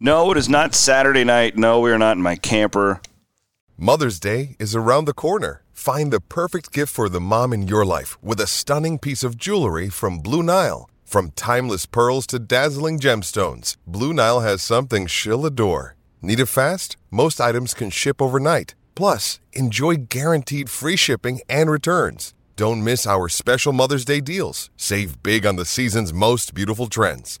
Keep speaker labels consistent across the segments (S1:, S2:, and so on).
S1: No, it is not Saturday night. No, we are not in my camper.
S2: Mother's Day is around the corner. Find the perfect gift for the mom in your life with a stunning piece of jewelry from Blue Nile. From timeless pearls to dazzling gemstones, Blue Nile has something she'll adore. Need it fast? Most items can ship overnight. Plus, enjoy guaranteed free shipping and returns. Don't miss our special Mother's Day deals. Save big on the season's most beautiful trends.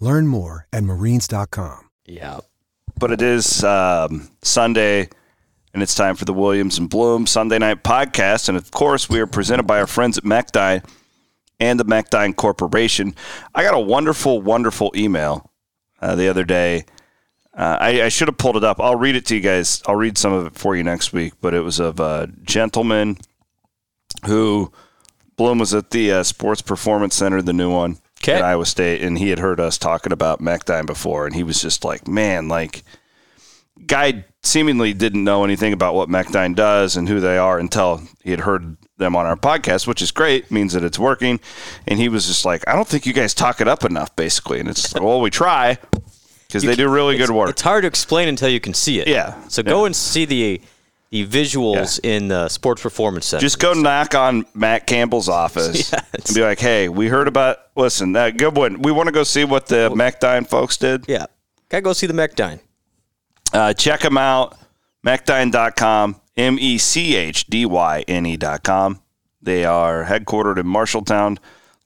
S3: Learn more at marines.com.
S4: Yeah.
S1: But it is um, Sunday, and it's time for the Williams and Bloom Sunday Night Podcast. And of course, we are presented by our friends at MacDine and the MacDine Corporation. I got a wonderful, wonderful email uh, the other day. Uh, I, I should have pulled it up. I'll read it to you guys. I'll read some of it for you next week. But it was of a gentleman who Bloom was at the uh, Sports Performance Center, the new one
S4: Okay.
S1: at Iowa State, and he had heard us talking about MacDine before, and he was just like, "Man, like, guy seemingly didn't know anything about what MacDine does and who they are until he had heard them on our podcast, which is great, means that it's working." And he was just like, "I don't think you guys talk it up enough, basically." And it's like, well, we try because they do really good work.
S4: It's hard to explain until you can see it.
S1: Yeah.
S4: So go and see the the visuals in the sports performance center.
S1: Just go knock on Matt Campbell's office and be like, "Hey, we heard about. Listen, uh, good one. We want to go see what the MacDine folks did.
S4: yeah. Gotta go see the MacDine.
S1: Uh, check them out, MacDyne.com, M E C H D Y N E.com. They are headquartered in Marshalltown,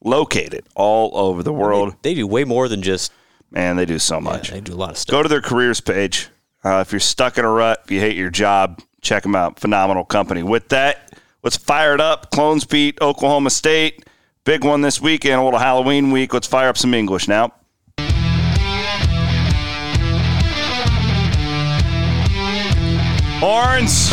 S1: located all over the world,
S4: They do way more than just.
S1: and they do so
S4: yeah,
S1: much.
S4: they do a lot of stuff.
S1: Go to their careers page. Uh, if you're stuck in a rut, if you hate your job, check them out. Phenomenal company. With that, let's fire it up. Clones beat Oklahoma State. Big one this weekend, a little Halloween week. Let's fire up some English now. Horns.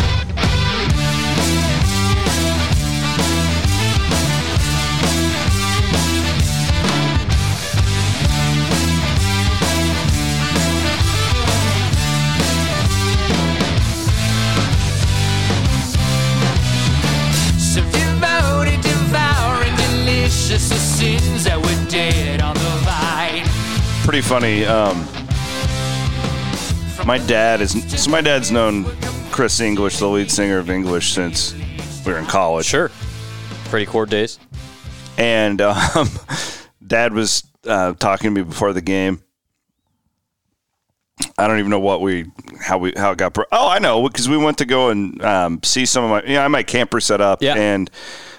S5: Devoted, devouring, delicious the sins that were dead on the vine.
S1: pretty funny. Um, my dad is so my dad's known Chris English, the lead singer of English, since we were in college.
S4: Sure. Freddie Cord days.
S1: And um, dad was uh, talking to me before the game. I don't even know what we how we how it got. Bro- oh, I know because we went to go and um, see some of my. You know, I had my camper set up.
S4: Yeah.
S1: And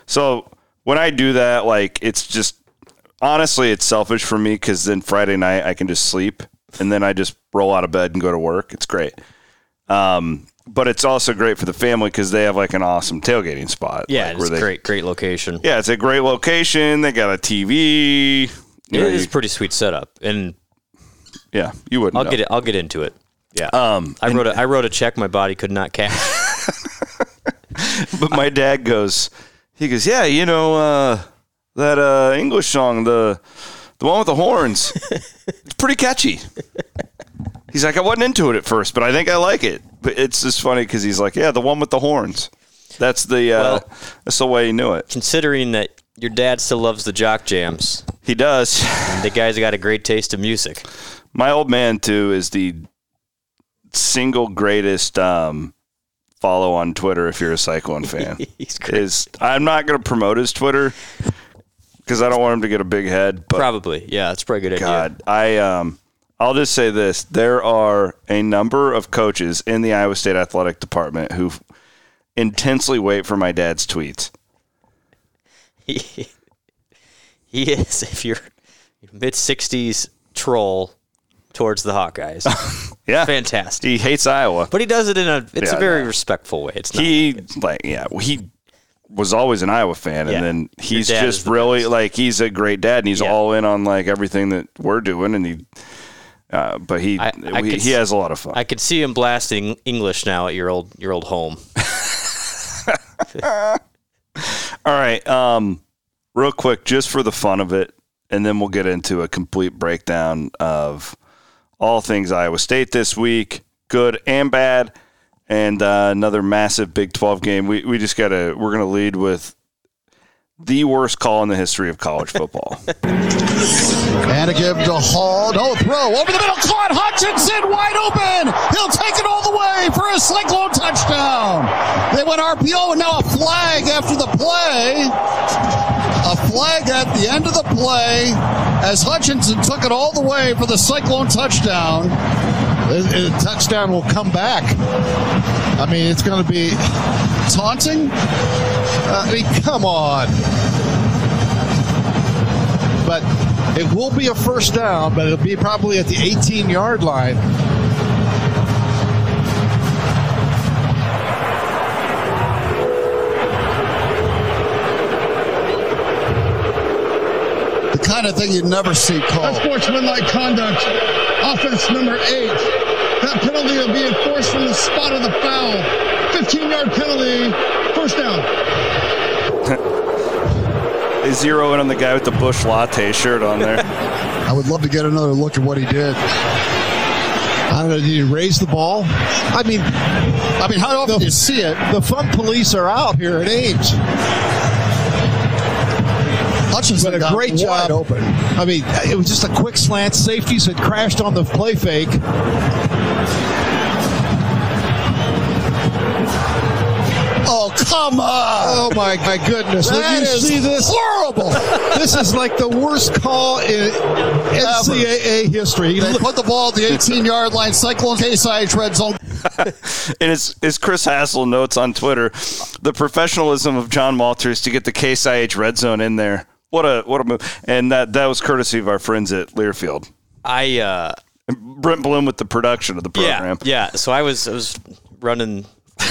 S1: so when I do that, like it's just honestly, it's selfish for me because then Friday night I can just sleep and then I just roll out of bed and go to work. It's great. Um, but it's also great for the family because they have like an awesome tailgating spot.
S4: Yeah,
S1: like,
S4: it's
S1: they-
S4: great, great location.
S1: yeah, it's a great location. They got a TV. You know,
S4: it is
S1: you-
S4: a pretty sweet setup, and
S1: yeah, you wouldn't.
S4: I'll
S1: know.
S4: get it. I'll get into it. Yeah.
S1: Um,
S4: I wrote a, I wrote a check my body could not cash.
S1: but my dad goes, he goes, yeah, you know uh, that uh, English song, the the one with the horns. it's pretty catchy. He's like, I wasn't into it at first, but I think I like it. But it's just funny because he's like, yeah, the one with the horns. That's the uh,
S4: Well-
S1: that's the way he knew it.
S4: Considering that your dad still loves the jock jams,
S1: He does.
S4: and the guy's got a great taste in music.
S1: My old man too is the single greatest um, follow on Twitter if you're a Cyclone fan.
S4: He's great.
S1: is I'm not going to promote his Twitter because I don't want him to get a big head. But
S4: Probably. Yeah, that's a pretty good idea.
S1: God, I um, I'll just say this: there are a number of coaches in the Iowa State athletic department who intensely wait for my dad's tweets.
S4: He, he is, if you're mid 60s troll towards the Hawkeyes,
S1: Yeah,
S4: fantastic.
S1: he hates Iowa.
S4: But he does it in a, it's
S1: Yeah,
S4: a very
S1: no.
S4: respectful way. It's not,
S1: He like yeah well, he was always an Iowa fan,
S4: Yeah.
S1: and then he's
S4: dad
S1: just
S4: is the
S1: really like he's a great dad, and he's
S4: Yeah.
S1: all in on like everything that we're doing, and he. Uh, but he
S4: I- I
S1: he,
S4: could
S1: he
S4: s-
S1: has a lot of fun.
S4: I could see him blasting English now at your old, your old home.
S1: All right. Um, real quick, just for the fun of it, and then we'll get into a complete breakdown of all things Iowa State this week, good and bad, and uh, another massive Big Twelve game. We we just gotta we're gonna lead with the worst call in the history of college football.
S6: And a give to Hall. No throw. Over the middle. Caught Hutchinson wide open. He'll take it all the way for a slick little touchdown. They went RPO and now a flag after the play. A flag at the end of the play as Hutchinson took it all the way for the Cyclone touchdown. The the touchdown will come back. I mean, it's going to be taunting. I mean, come on but it will be a first down, but it'll be probably at the 18 yard line. The kind of thing you never see called.
S7: Unsportsmanlike conduct. Offense number eight. That penalty will be enforced from the spot of the foul. 15 yard penalty. First down.
S1: they zero in on the guy with the Bush latte shirt on there.
S6: I would love to get another look at what he did. I don't know. Did he raise the ball? I mean, I mean, how often do you see it? The fun police are out here at Ames. Hutchinson but a
S7: got
S6: great
S7: wide
S6: job.
S7: open.
S6: I mean, it was just a quick slant. Safeties had crashed on the play fake. Oh come on! Oh my, my goodness!
S7: That
S6: Will you
S7: is
S6: see this? Horrible! this is like the worst call in NCAA history. They put the ball at the 18-yard line. Cyclone KSI red zone.
S1: and it's it's Chris Hassel notes on Twitter, the professionalism of John Walters to get the Case IH red zone in there. What a what a move! And that that was courtesy of our friends at Learfield.
S4: I, uh,
S1: Brent Bloom with the production of the program.
S4: Yeah, yeah. So I was I was running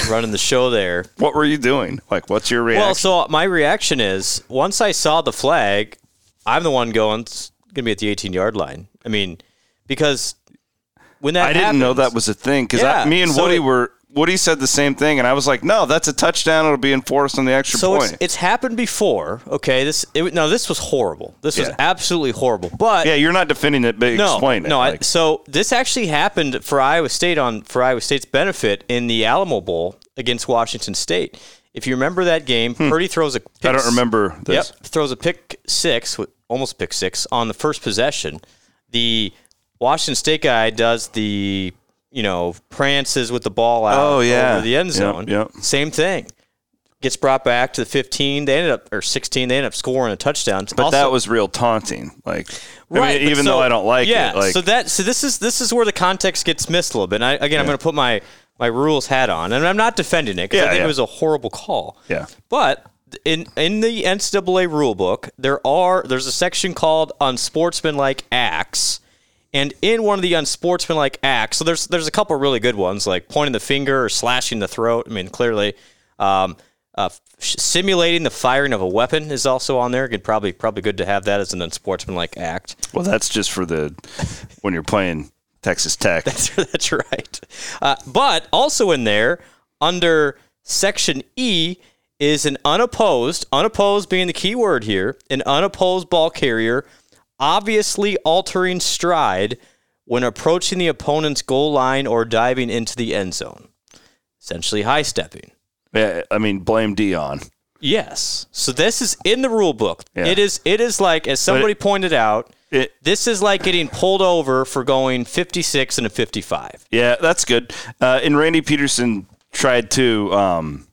S4: running the show there.
S1: What were you doing? Like, what's your reaction?
S4: Well, so my reaction is once I saw the flag, I'm the one going. It's gonna be at the 18 yard line. I mean, because when that
S1: I didn't know that
S4: happens-
S1: was a thing because
S4: Yeah,
S1: me and
S4: so
S1: Woody
S4: it-
S1: were Woody said the same thing, and I was like, "No, that's a touchdown. It'll be enforced on the extra
S4: so
S1: point."
S4: it's, it's happened before. Okay, this it, no, this was horrible. This was
S1: Yeah.
S4: absolutely horrible. But
S1: yeah, you're not defending it, but
S4: no,
S1: explain it.
S4: No, I,
S1: like-
S4: so this actually happened for Iowa State on for Iowa State's benefit in the Alamo Bowl against Washington State. If you remember that game, Purdy throws a pick
S1: Hmm. I don't remember this.
S4: Yep, throws a pick six, with- almost pick six on the first possession. The Washington State guy does the you know prances with the ball out
S1: Oh, yeah.
S4: over the end
S1: Yep,
S4: zone.
S1: yep.
S4: Same thing. Gets brought back to the 15. They ended up or 16. They ended up scoring a touchdown.
S1: but
S4: Also-
S1: that was real taunting. Like, I mean,
S4: Right, but
S1: even
S4: so-
S1: though I don't like
S4: yeah,
S1: it, like
S4: so that so this is this is where the context gets missed a little bit. And I, again, I'm going to put my my rules hat on, and I'm not defending it because
S1: Yeah,
S4: I think
S1: yeah.
S4: it was a horrible call.
S1: Yeah.
S4: but in in the NCAA rulebook, there are there's a section called unsportsmanlike acts. And in one of the unsportsmanlike acts, so there's there's a couple really good ones like pointing the finger or slashing the throat. I mean, clearly, um, uh, sh- simulating the firing of a weapon is also on there. Could probably probably good to have that as an unsportsmanlike act.
S1: Well, that's just for the when you're playing Texas Tech.
S4: That's right. Uh, but also in there, under section E, is an unopposed, unopposed being the key word here, an unopposed ball carrier obviously altering stride when approaching the opponent's goal line or diving into the end zone. Essentially high stepping.
S1: Yeah, I mean, blame Dion.
S4: Yes. So this is in the rule book.
S1: Yeah.
S4: It is it is like as somebody pointed out,
S1: It,
S4: this is like getting pulled over for going 56 and a 55.
S1: yeah, that's good. Uh, and Randy Peterson tried to. Um,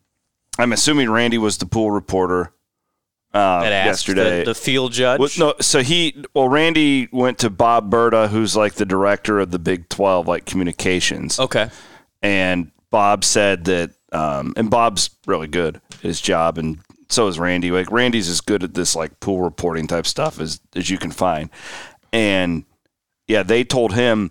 S1: I'm assuming Randy was the pool reporter uh,
S4: that asked the-
S1: yesterday.
S4: the, field judge.
S1: Well, no, so he well, Randy went to Bob Berta, who's like the director of the Big Twelve, like communications,
S4: Okay.
S1: and Bob said that, um, and Bob's really good at his job, and so is Randy. Like Randy's as good at this like pool reporting type stuff as as you can find, and yeah, they told him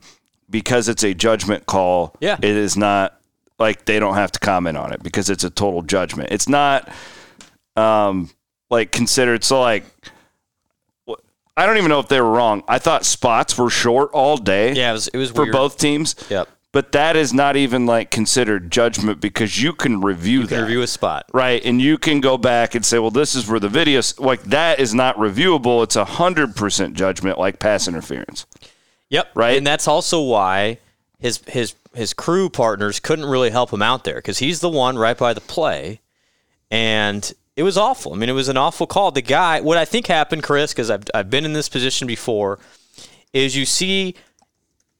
S1: because it's a judgment call.
S4: Yeah.
S1: it is not like they don't have to comment on it because it's a total judgment. It's not um like considered so like wh- I don't even know if they were wrong. I thought spots were short all day
S4: Yeah, it was it was
S1: for
S4: weird.
S1: both teams.
S4: Yep.
S1: But that is not even like considered judgment because you can review that.
S4: interview a spot.
S1: Right. And you can go back and say, well, this is where the videos like that is not reviewable. It's a hundred percent judgment like pass interference.
S4: Yep.
S1: Right?
S4: And that's also why his his his crew partners couldn't really help him out there because he's the one right by the play, and it was awful. I mean, it was an awful call. The guy, what I think happened, Chris, because I've I've been in this position before, is you see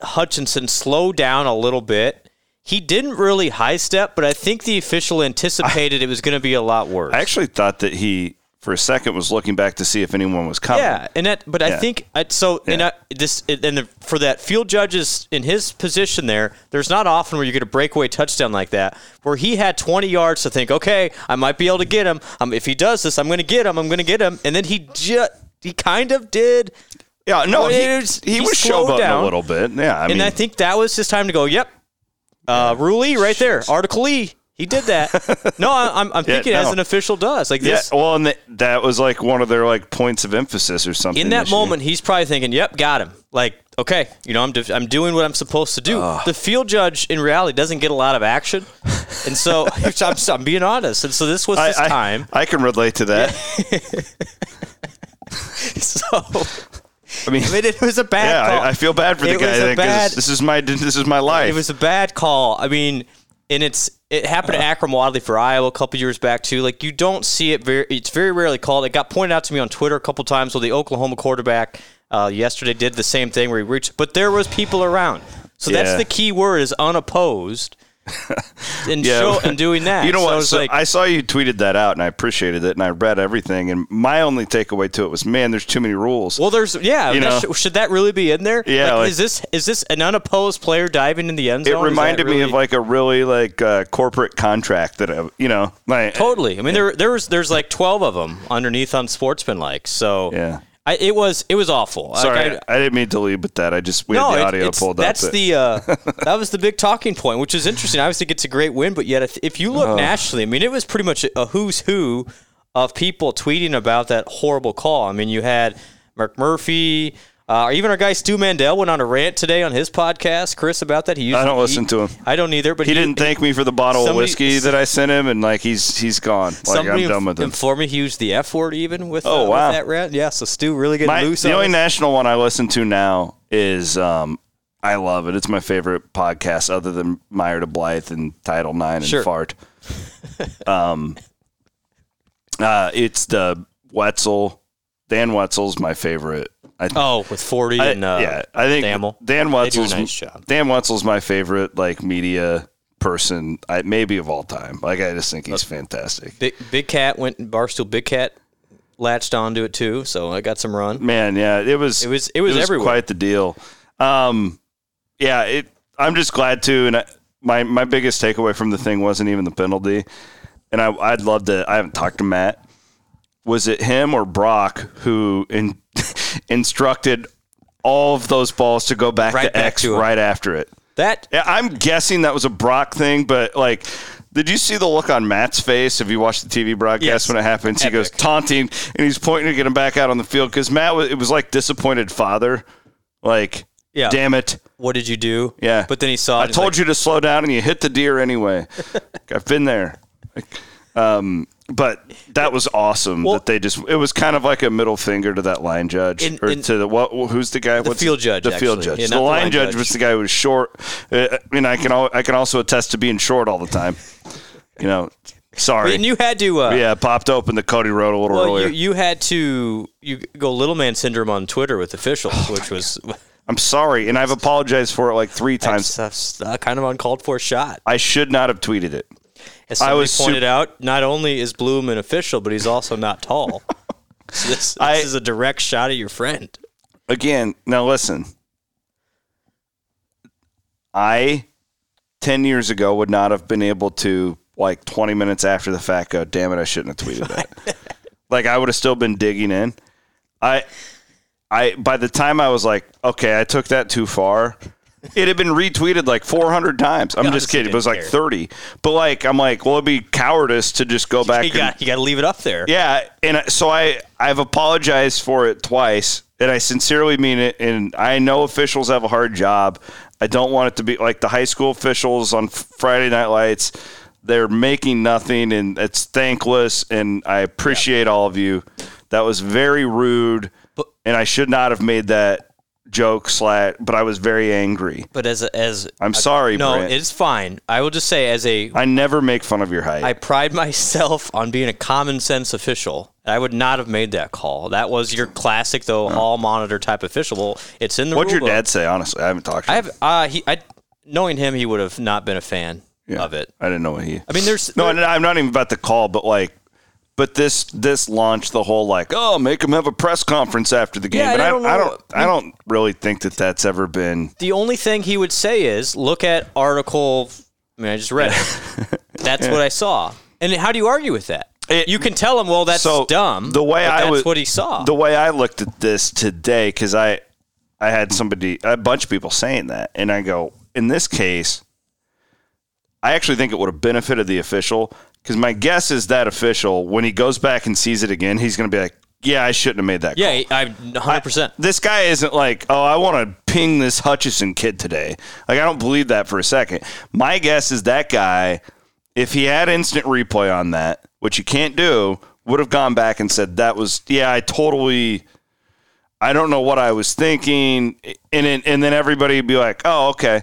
S4: Hutchinson slow down a little bit. He didn't really high step, but I think the official anticipated it was going to be a lot worse.
S1: I actually thought that he for a second was looking back to see if anyone was coming.
S4: Yeah, and that, but I
S1: Yeah.
S4: think I, so. And I, this, and the, for that field judges in his position there, there's not often where you get a breakaway touchdown like that, where he had 20 yards to think, okay, I might be able to get him. Um, if he does this, I'm going to get him. I'm going to get him, and then he just he kind of did.
S1: Yeah, no,
S4: Well,
S1: he,
S4: it was-
S1: he
S4: he
S1: was
S4: slowed
S1: showboating
S4: down.
S1: a little bit. Yeah, I
S4: and
S1: mean,
S4: I think that was his time to go. Yep, uh, Rule E right there, Article E. He did that. no, I, I'm, I'm
S1: Yeah,
S4: thinking as
S1: no.
S4: an official does like
S1: yeah.
S4: this.
S1: Well, and that, that was like one of their like points of emphasis or something.
S4: in that
S1: this year.
S4: moment, he's probably thinking, "Yep, got him." Like, okay, you know, I'm def- I'm doing what I'm supposed to do.
S1: Ah.
S4: The field judge, in reality, doesn't get a lot of action, and so I'm, I'm being honest. And so this was his
S1: I, I-
S4: time.
S1: I can relate to that.
S4: So
S1: I mean,
S4: I mean, it was a bad.
S1: yeah,
S4: call.
S1: I, I feel bad for the
S4: It
S1: guy.
S4: was a
S1: then, 'cause
S4: bad-
S1: This is my this is my life.
S4: It was a bad call. I mean, and it's it happened to Akram Wadley for Iowa a couple years back too. Like you don't see it very. It's very rarely called. It got pointed out to me on Twitter a couple times. Well, the Oklahoma quarterback uh, yesterday did the same thing where he reached, but there was people around. So
S1: Yeah.
S4: that's the key word is unopposed. And
S1: Yeah.
S4: show and doing that.
S1: you know
S4: So
S1: what?
S4: it's
S1: So
S4: like,
S1: I saw you tweeted that out, and I appreciated it, and I read everything. And my only takeaway to it was, man, there's too many rules.
S4: well, there's yeah.
S1: You
S4: that
S1: know.
S4: sh- should that really be in there?
S1: Yeah,
S4: Like,
S1: like-
S4: is this is this an unopposed player diving in the end
S1: it
S4: zone? Is that
S1: reminded me of
S4: really-
S1: like a really like uh, corporate contract that I, you know, like
S4: Totally. I mean, there there was there's like twelve of them underneath on Sportsman like. So
S1: Yeah.
S4: I, it was it was awful. Like,
S1: Sorry,
S4: I-
S1: I, didn't mean to lead with that. I just we
S4: no,
S1: had the
S4: it-
S1: audio
S4: it's-
S1: pulled
S4: that's
S1: up. but-
S4: the uh, that was the big talking point, which is interesting. Obviously, it's a great win, but yet if, if you look
S1: Oh.
S4: nationally, I mean, it was pretty much a who's who of people tweeting about that horrible call. I mean, you had Mark Murphy. Uh, even our guy Stu Mandel went on a rant today on his podcast, Chris, about that. He
S1: I don't
S4: usually-
S1: listen to him.
S4: I don't either. But
S1: he didn't thank me for the bottle
S4: somebody-
S1: of whiskey that I sent him, and like he's he's gone. Like
S4: Somebody
S1: I'm done with him.
S4: informed me he used the F word even with,
S1: Oh,
S4: uh, with
S1: wow.
S4: that rant. Yeah, so Stu really getting
S1: My,
S4: loose
S1: the
S4: on
S1: only
S4: us.
S1: national one I listen to now is um, I love it. It's my favorite podcast other than Meyer to Blythe and Title Nine
S4: Sure.
S1: and Fart. um, uh, it's the Wetzel. Dan Wetzel's my favorite. I think.
S4: Oh, with 40
S1: I-
S4: and uh,
S1: yeah, I think
S4: Dammel.
S1: Dan Wetzel's
S4: nice job.
S1: Dan Wetzel's my favorite like media person, I, maybe of all time. Like I just think he's fantastic.
S4: Big, Big Cat went Barstool Big Cat latched onto it too, so I got some run.
S1: Man, yeah, it was
S4: It was- it was everywhere.
S1: quite the deal. Um, yeah, it. I'm just glad to, and I, my my biggest takeaway from the thing wasn't even the penalty, and I I'd love to. I haven't talked to Matt. Was it him or Brock who in, instructed all of those balls to go back
S4: Right
S1: to
S4: back
S1: X
S4: to him.
S1: right after it?
S4: That
S1: Yeah, I'm guessing that was a Brock thing, but like, did you see the look on Matt's face if you watched the TV broadcast
S4: Yes.
S1: when it happens? He goes
S4: Epic.
S1: taunting and he's pointing to get him back out on the field because Matt was, it was like disappointed father, like,
S4: Yeah.
S1: damn it,
S4: what did you do?
S1: yeah.
S4: But then he saw.
S1: I told you to slow down and you hit the deer anyway. Like, I've been there. Like, um, but that was awesome
S4: Well-
S1: that they just it was kind of like a middle finger to that line judge
S4: In-
S1: or
S4: in-
S1: to the what who's the guy
S4: The field judge,
S1: the field
S4: actually.
S1: judge
S4: Yeah,
S1: the,
S4: not the
S1: line,
S4: line
S1: judge,
S4: judge.
S1: was the guy who was short uh, I mean I can al- I can also attest to being short all the time you know sorry
S4: and you had to. Uh,
S1: yeah popped open the Cody Road a little
S4: Well,
S1: earlier
S4: you, you had to you go little man syndrome on Twitter with officials,
S1: Oh,
S4: which was
S1: I'm sorry and I've apologized for it like three times
S4: that's a kind of uncalled for shot.
S1: I should not have tweeted it
S4: As
S1: I
S4: somebody
S1: was
S4: pointed
S1: sup-
S4: out, not only is Bloom an official, but he's also not tall. So this, this
S1: I-
S4: is a direct shot at your friend.
S1: again, now listen. I 10 years ago would not have been able to like 20 minutes after the fact go, "Damn it, I shouldn't have tweeted that." like I would have still been digging in. I I by the time I was like, "Okay, I took that too far." It had been retweeted like 400 times. I'm
S4: No,
S1: just
S4: so you
S1: kidding. It was
S4: didn't
S1: like
S4: care.
S1: 30. But like I'm like, "Well, it'd be cowardice to just go back
S4: You
S1: and
S4: got you got to leave it up there.
S1: yeah, and I- so I I've apologized for it twice, and I sincerely mean it. And I know officials have a hard job. I don't want it to be like the high school officials on Friday Night Lights. They're making nothing, and it's thankless. And I appreciate all of you. That was very rude, and I should not have made that joke. Slat, but I was very angry.
S4: But as a, as
S1: I'm sorry,
S4: no,
S1: Brent.
S4: it's fine. I will just say as a
S1: I never make fun of your height.
S4: I pride myself on being a common sense official. I would not have made that call. That was your classic though hall monitor type official. Well, it's in the
S1: What'd your
S4: rule book.
S1: dad say? Honestly, I haven't talked. To
S4: I
S1: him.
S4: have uh he I knowing him he would have not been a fan
S1: Yeah.
S4: of it.
S1: I didn't know what he.
S4: I mean there's
S1: No, and I'm not even about the call, but like, but this this launched the whole like, oh, make them have a press conference after the game.
S4: Yeah,
S1: but
S4: I
S1: I,
S4: don't
S1: I
S4: know.
S1: don't, I don't really think that that's ever been.
S4: the only thing he would say is look at article I mean I just read it. That's what I saw. And how do you argue with that?
S1: It-
S4: you can tell him, well, that's
S1: so
S4: dumb.
S1: The way
S4: but
S1: I
S4: that's
S1: was,
S4: what he saw.
S1: The way I looked at this today, because I, I had somebody, a bunch of people saying that, and I go, in this case, I actually think it would have benefited the official because my guess is that official, when he goes back and sees it again, he's going to be like, yeah, I shouldn't have made that.
S4: yeah, I 100. percent
S1: This guy isn't like, oh, I want to ping this Hutchison kid today. Like, I don't believe that for a second. My guess is that guy, if he had instant replay on that, which you can't do, would have gone back and said, that was, yeah, I totally, I don't know what I was thinking. And, then and then everybody would be like, oh, okay.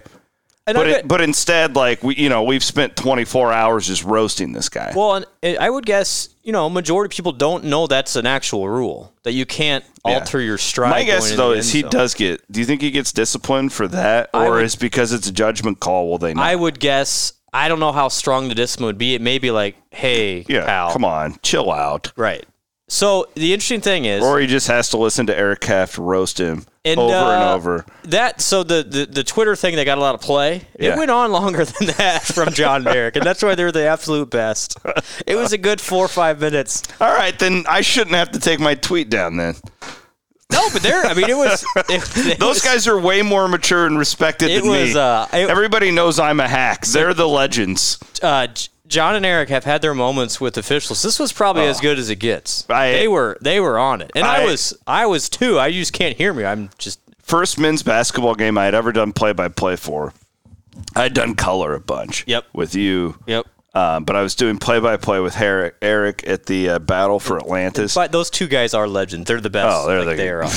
S1: But, it, but instead, like, we, you know, we've spent 24 hours just roasting this guy.
S4: Well, and it- I would guess you know majority of people don't know that's an actual rule that you can't alter your stride.
S1: My guess
S4: going
S1: though
S4: into the
S1: is
S4: end
S1: he
S4: zone.
S1: does get. Do you think he gets disciplined for that, or
S4: would-
S1: is because it's a judgment call? Will they? Not?
S4: I would guess. I don't know how strong the discipline would be. It may be like, hey,
S1: yeah,
S4: pal.
S1: come on, chill out.
S4: right. So the interesting thing is
S1: Or he just has to listen to Eric Heft roast him
S4: And,
S1: over
S4: uh,
S1: and over.
S4: that. So the, the the Twitter thing that got a lot of play.
S1: Yeah.
S4: It went on longer than that from John Merrick, and that's why they were the absolute best. It was a good four or five minutes.
S1: All right, then I shouldn't have to take my tweet down. Then
S4: No, but there. I mean, it was. It, it
S1: those
S4: was-
S1: guys are way more mature and respected
S4: It
S1: than
S4: was.
S1: me.
S4: Uh, it,
S1: Everybody knows I'm a hack. They're the legends.
S4: uh, J- John and Eric have had their moments with officials. This was probably as good as it gets.
S1: Oh. I-
S4: they were they were on it, and I,
S1: I-
S4: was I was too. I you just can't hear me. I'm just
S1: First men's basketball game I had ever done play by play for. I'd done color a bunch.
S4: Yep.
S1: With you.
S4: yep.
S1: Um, but I was doing play by play with Her- Eric at the uh, Battle for Atlantis.
S4: But those two guys are legends. They're the best.
S1: Oh, they're the-
S4: they are. on.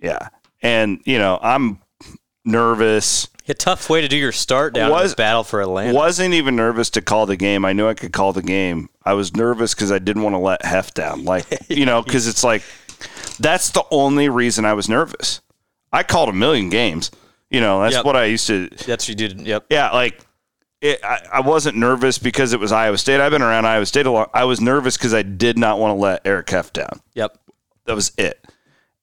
S1: yeah. And, you know, I'm nervous.
S4: A tough way to do your start down in
S1: Was-
S4: this battle for Atlanta.
S1: Wasn't even nervous to call the game. I knew I could call the game. I was nervous because I didn't want to let Hef down. Like, you know, because it's like, that's the only reason I was nervous. I called a million games. You know, that's
S4: Yep.
S1: what I used to.
S4: That's what you did. Yep.
S1: Yeah, like it, I, I wasn't nervous because it was Iowa State. I've been around Iowa State a lot. I was nervous because I did not want to let Eric Hef down.
S4: Yep.
S1: That was it.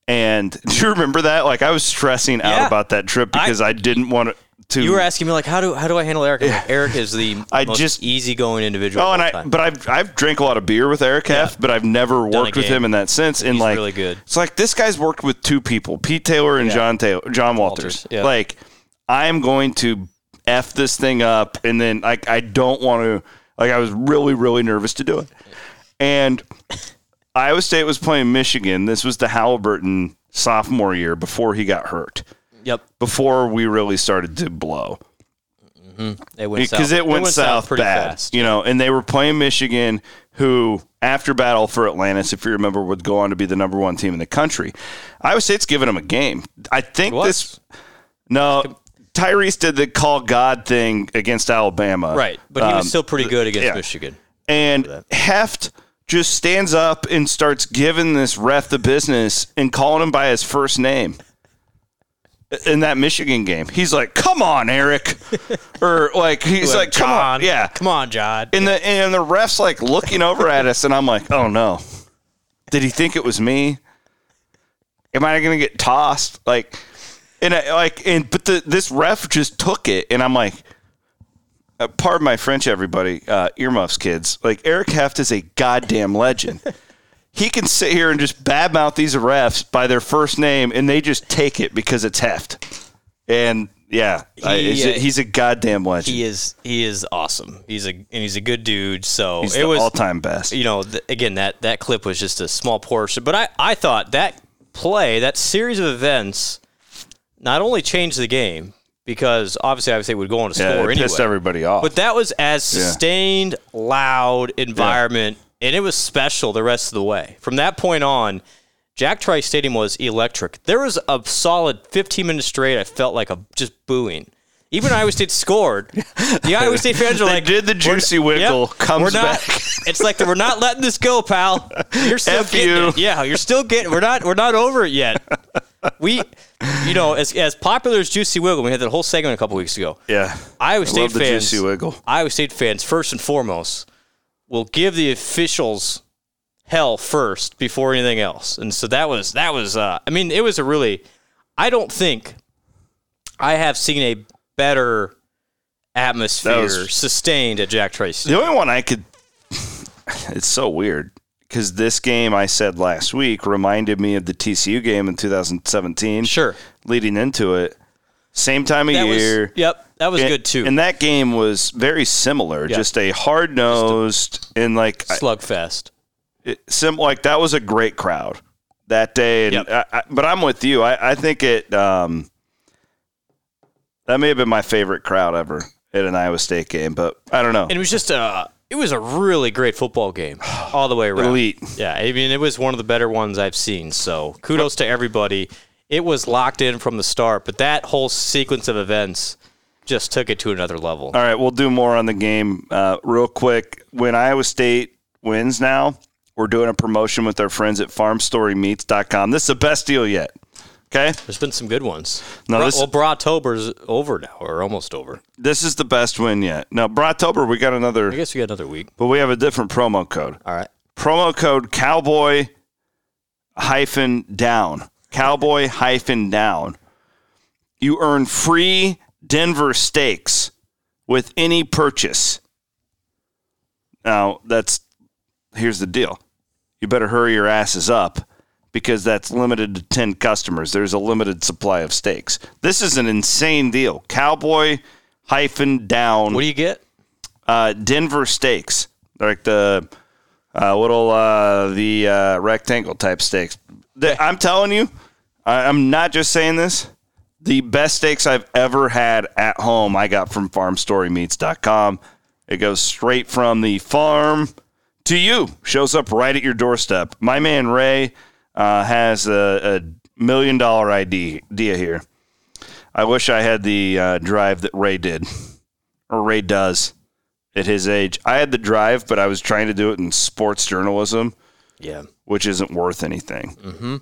S1: And do you remember that? Like I was stressing out
S4: Yeah.
S1: about that trip because I, didn't want to.
S4: You were asking me like, how do how do I handle Eric? I'm like, Eric is the
S1: I
S4: most
S1: just-
S4: easygoing individual.
S1: Oh,
S4: of
S1: and
S4: all
S1: I,
S4: time.
S1: but I've I've drank a lot of beer with Eric Heff, but I've never
S4: a
S1: worked with
S4: game.
S1: him in that sense. And
S4: He's
S1: like,
S4: really good.
S1: It's like this guy's worked with two people, Pete Taylor and John Taylor, John Walters.
S4: Walters, yeah.
S1: Like, I am going to f this thing up, and then like I don't want to. Like I was really really nervous to do it, and Iowa State was playing Michigan. This was the Halliburton sophomore year before he got hurt.
S4: yep.
S1: before we really started to blow
S4: It went
S1: because
S4: south.
S1: it went, south,
S4: pretty
S1: bad,
S4: fast.
S1: you know. And they were playing Michigan, who after battle for Atlantis, if you remember, would go on to be the number one team in the country. Iowa State's giving them a game. I think
S4: was.
S1: this. No, Tyrese did the call God thing against Alabama,
S4: Right, but he
S1: Um,
S4: was still pretty good against
S1: yeah.
S4: Michigan.
S1: and Heft just stands up and starts giving this ref the business and calling him by his first name in that Michigan game. He's like, "Come on, Eric," or like he's like, "Come on, yeah."
S4: Come on, John.
S1: And the and the refs like looking over at us, and I'm like, "Oh no." Did he think it was me? Am I going to get tossed? Like, and I, like, and but the this ref just took it, and I'm like, uh, pardon my French, everybody, uh, earmuffs, kids. Like Eric Heft is a goddamn legend. he can sit here and just badmouth these refs by their first name, and they just take it because it's Heft. And yeah, I-
S4: He,
S1: he's, a,
S4: uh,
S1: he's a goddamn legend.
S4: He is he is awesome. He's a and he's a good dude. So
S1: he's
S4: it
S1: the
S4: was
S1: all-time best.
S4: you know th- again that that clip was just a small portion, but I I thought that play that series of events not only changed the game because obviously I would say we'd go on to score
S1: Yeah, it
S4: anyway.
S1: pissed everybody off.
S4: But that was as
S1: Yeah.
S4: sustained, loud environment, and it was special the rest of the way. From that point on, Jack Trice Stadium was electric. There was a solid 15 minutes straight. I felt like a just booing. Even Iowa State scored. The Iowa State fans are
S1: They
S4: like,
S1: did the
S4: "We're-
S1: juicy wiggle, comes
S4: we're not,
S1: back."
S4: It's like the, we're not letting this go, pal. You're still
S1: F
S4: getting
S1: you.
S4: it. Yeah, you're still getting. We're not. We're not over it yet. We, you know, as as popular as Juicy Wiggle, we had that whole segment a couple weeks ago.
S1: yeah,
S4: Iowa
S1: I
S4: State
S1: love the
S4: fans.
S1: juicy wiggle.
S4: Iowa State fans, first and foremost, will give the officials hell first before anything else. And so that was that was. Uh, I mean, it was a really. I don't think I have seen a better atmosphere
S1: was-
S4: sustained at Jack Tracy.
S1: The only one I could. It's so weird because this game I said last week reminded me of the TCU game in 2017.
S4: Sure.
S1: Leading into it, same time of
S4: That was-
S1: year.
S4: yep, that was
S1: And-
S4: good too.
S1: And that game was very similar,
S4: Yeah.
S1: just a hard nosed and like I-
S4: slugfest.
S1: it, sim, like that was a great crowd that day. And
S4: Yep.
S1: I, I, but I'm with you. I, I think it. Um, that may have been my favorite crowd ever at an Iowa State game, but I don't know.
S4: And it was just a. It was a really great football game all the way around.
S1: Elite.
S4: Yeah, I mean, it was one of the better ones I've seen. So kudos to everybody. It was locked in from the start, but that whole sequence of events just took it to another level.
S1: All right, we'll do more on the game uh, real quick. When Iowa State wins now, we're doing a promotion with our friends at farmstorymeats.com. This is the best deal yet. Okay?
S4: There's been some good ones.
S1: No,
S4: Bra-
S1: this-
S4: well, Bratober's over now, or almost over.
S1: This is the best win yet. Now, Bratober, we got
S4: I
S1: another,
S4: guess we got another week.
S1: but we have a different promo code.
S4: All right.
S1: Promo code cowboy hyphen down. Cowboy hyphen down. You earn free Denver steaks with any purchase. Now, that's here's the deal. You better hurry your asses up because that's limited to 10 customers. There's a limited supply of steaks. This is an insane deal. Cowboy hyphen down
S4: What do you get?
S1: uh, Denver steaks, They're like the uh, little uh, the uh, rectangle type steaks. The, I'm telling you, I, I'm not just saying this. The best steaks I've ever had at home, I got from FarmStoryMeats.com. It goes straight from the farm to you. Shows up right at your doorstep. My man Ray uh, has a, a million dollar ID idea here. I wish I had the uh, drive that Ray did, or Ray does at his age. I had the drive, but I was trying to do it in sports journalism,
S4: Yeah.
S1: which isn't worth anything.
S4: Mm.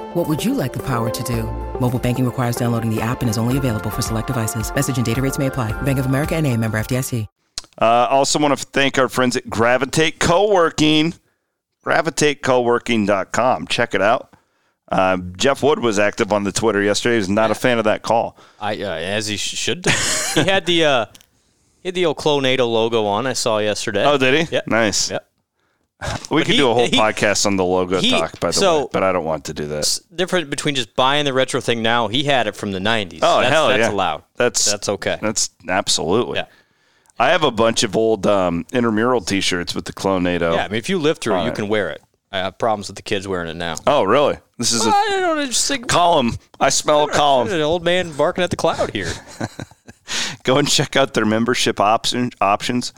S8: What would you like the power to do? Mobile banking requires downloading the app and is only available for select devices. Message and data rates may apply. Bank of America and a member FDIC.
S1: Uh, also, want to thank our friends at Gravitate Coworking, gravitatecoworking.com. Check it out. Uh, Jeff Wood was active on the Twitter yesterday. He was not a fan of that call.
S4: I uh, as he sh- should. do. he had the uh, he had the old Clonado logo on. I saw yesterday.
S1: Oh, did he?
S4: Yep.
S1: Nice.
S4: Yep.
S1: We
S4: But
S1: could
S4: he-
S1: do a whole
S4: he-
S1: podcast on the logo
S4: he-
S1: talk, by the
S4: so-
S1: way, but I don't want to do that.
S4: Different between just buying the retro thing now. He had it from the '90s.
S1: Oh
S4: that's,
S1: hell
S4: that's
S1: yeah!
S4: allowed.
S1: That's
S4: That's okay.
S1: That's absolutely. I have a bunch of old um, intramural T-shirts with the Clonado.
S4: Yeah, I mean, if you live through it,
S1: on
S4: you can wear it. I have problems with the kids wearing it now.
S1: Oh really? This is
S4: I don't know. Just
S1: a column. I smell a column.
S4: an old man barking at the cloud here.
S1: Go and check out their membership option, options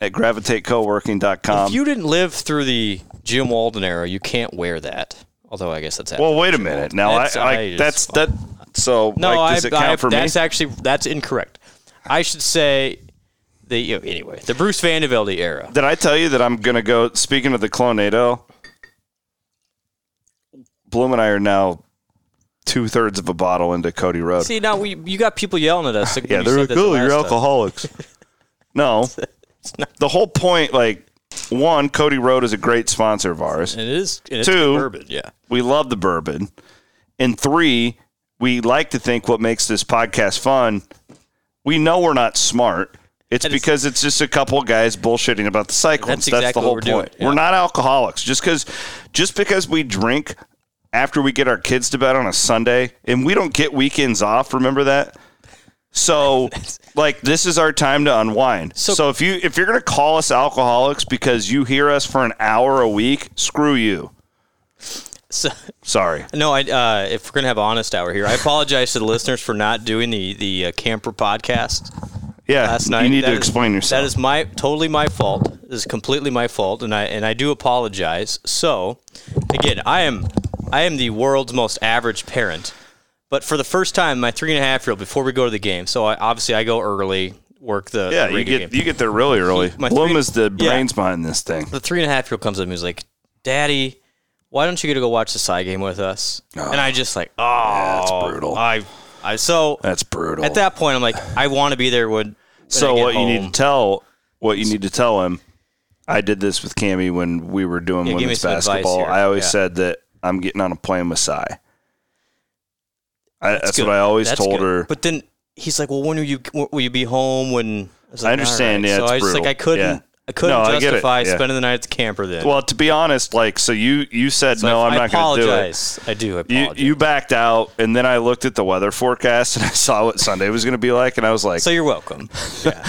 S1: at gravitatecoworking.com.
S4: if you didn't live through the Jim Walden era, you can't wear that. Although I guess that's
S1: well, wait a minute. Now I,
S4: That's- I
S1: I
S4: just-
S1: that's that. So
S4: no.
S1: like, does
S4: I,
S1: it count
S4: I,
S1: for me?
S4: that's actually that's incorrect. I should say the you know, anyway the Bruce Vandevelde era.
S1: Did I tell you that I'm gonna go? Speaking of the Clonado, Bloom and I are now two thirds of a bottle into Cody Road.
S4: See now we you got people yelling at us.
S1: yeah, they're like, "Oh, you're alcoholics." no, the whole point, like, one, Cody Road is a great sponsor of ours.
S4: It is. It is
S1: Two,
S4: bourbon. Yeah.
S1: we love the bourbon, and three, we like to think what makes this podcast fun. We know we're not smart. It's because it's just a couple guys bullshitting about the cyclones. That's,
S4: That's
S1: the
S4: exactly
S1: whole
S4: what we're doing,
S1: point.
S4: yeah.
S1: We're not alcoholics. Just because, just because we drink after we get our kids to bed on a Sunday, and we don't get weekends off. Remember that. So, like, this is our time to unwind. So, if you if you're gonna call us alcoholics because you hear us for an hour a week, screw you.
S4: So,
S1: Sorry.
S4: No, I, uh, if we're gonna have an honest hour here, I apologize to the listeners for not doing the the uh, camper podcast
S1: Yeah,
S4: last night.
S1: you need
S4: That
S1: to
S4: is-
S1: explain yourself.
S4: That is my totally my fault. This is completely my fault, and I and I do apologize. So, again, I am I am the world's most average parent, but for the first time, my three and a half year old before we go to the game. So I, obviously I go early, work the
S1: yeah,
S4: the
S1: you
S4: radio
S1: get
S4: game.
S1: you get there really early.
S4: my
S1: Bloom
S4: three-
S1: is the
S4: yeah.
S1: brains behind this thing.
S4: the three and a half year old comes up and he's like, Daddy, why don't you get to go watch the side game with us?
S1: Ah,
S4: and I just like, oh, that's brutal. I, I so
S1: that's brutal.
S4: At that point, I'm like, I want to be there when. when I
S1: So
S4: get
S1: what you need
S4: home.
S1: to tell what you need to tell him. I did this with Cami when we were doing
S4: Yeah, give me
S1: women's
S4: some advice
S1: basketball.
S4: here.
S1: I always
S4: Yeah.
S1: said that I'm getting on a plane with Sai. I, that's
S4: good.
S1: what I always
S4: That's
S1: told
S4: good.
S1: her.
S4: But then he's like, Well, when will you when will you be home? When I, was
S1: I
S4: like,
S1: understand,
S4: "All
S1: yeah,
S4: So
S1: it's
S4: I was just like,
S1: brutal.
S4: I couldn't,
S1: Yeah.
S4: I couldn't
S1: No, I get it,
S4: justify
S1: yeah.
S4: spending the night at the camper then.
S1: Well, to be honest, like so you you said
S4: So
S1: no,
S4: I-
S1: I, am
S4: I
S1: not going to do
S4: apologize.
S1: it.
S4: I do. I
S1: You, you backed out, and then I looked at the weather forecast and I saw what Sunday was going to be like, and I was like,
S4: so you're welcome. Yeah.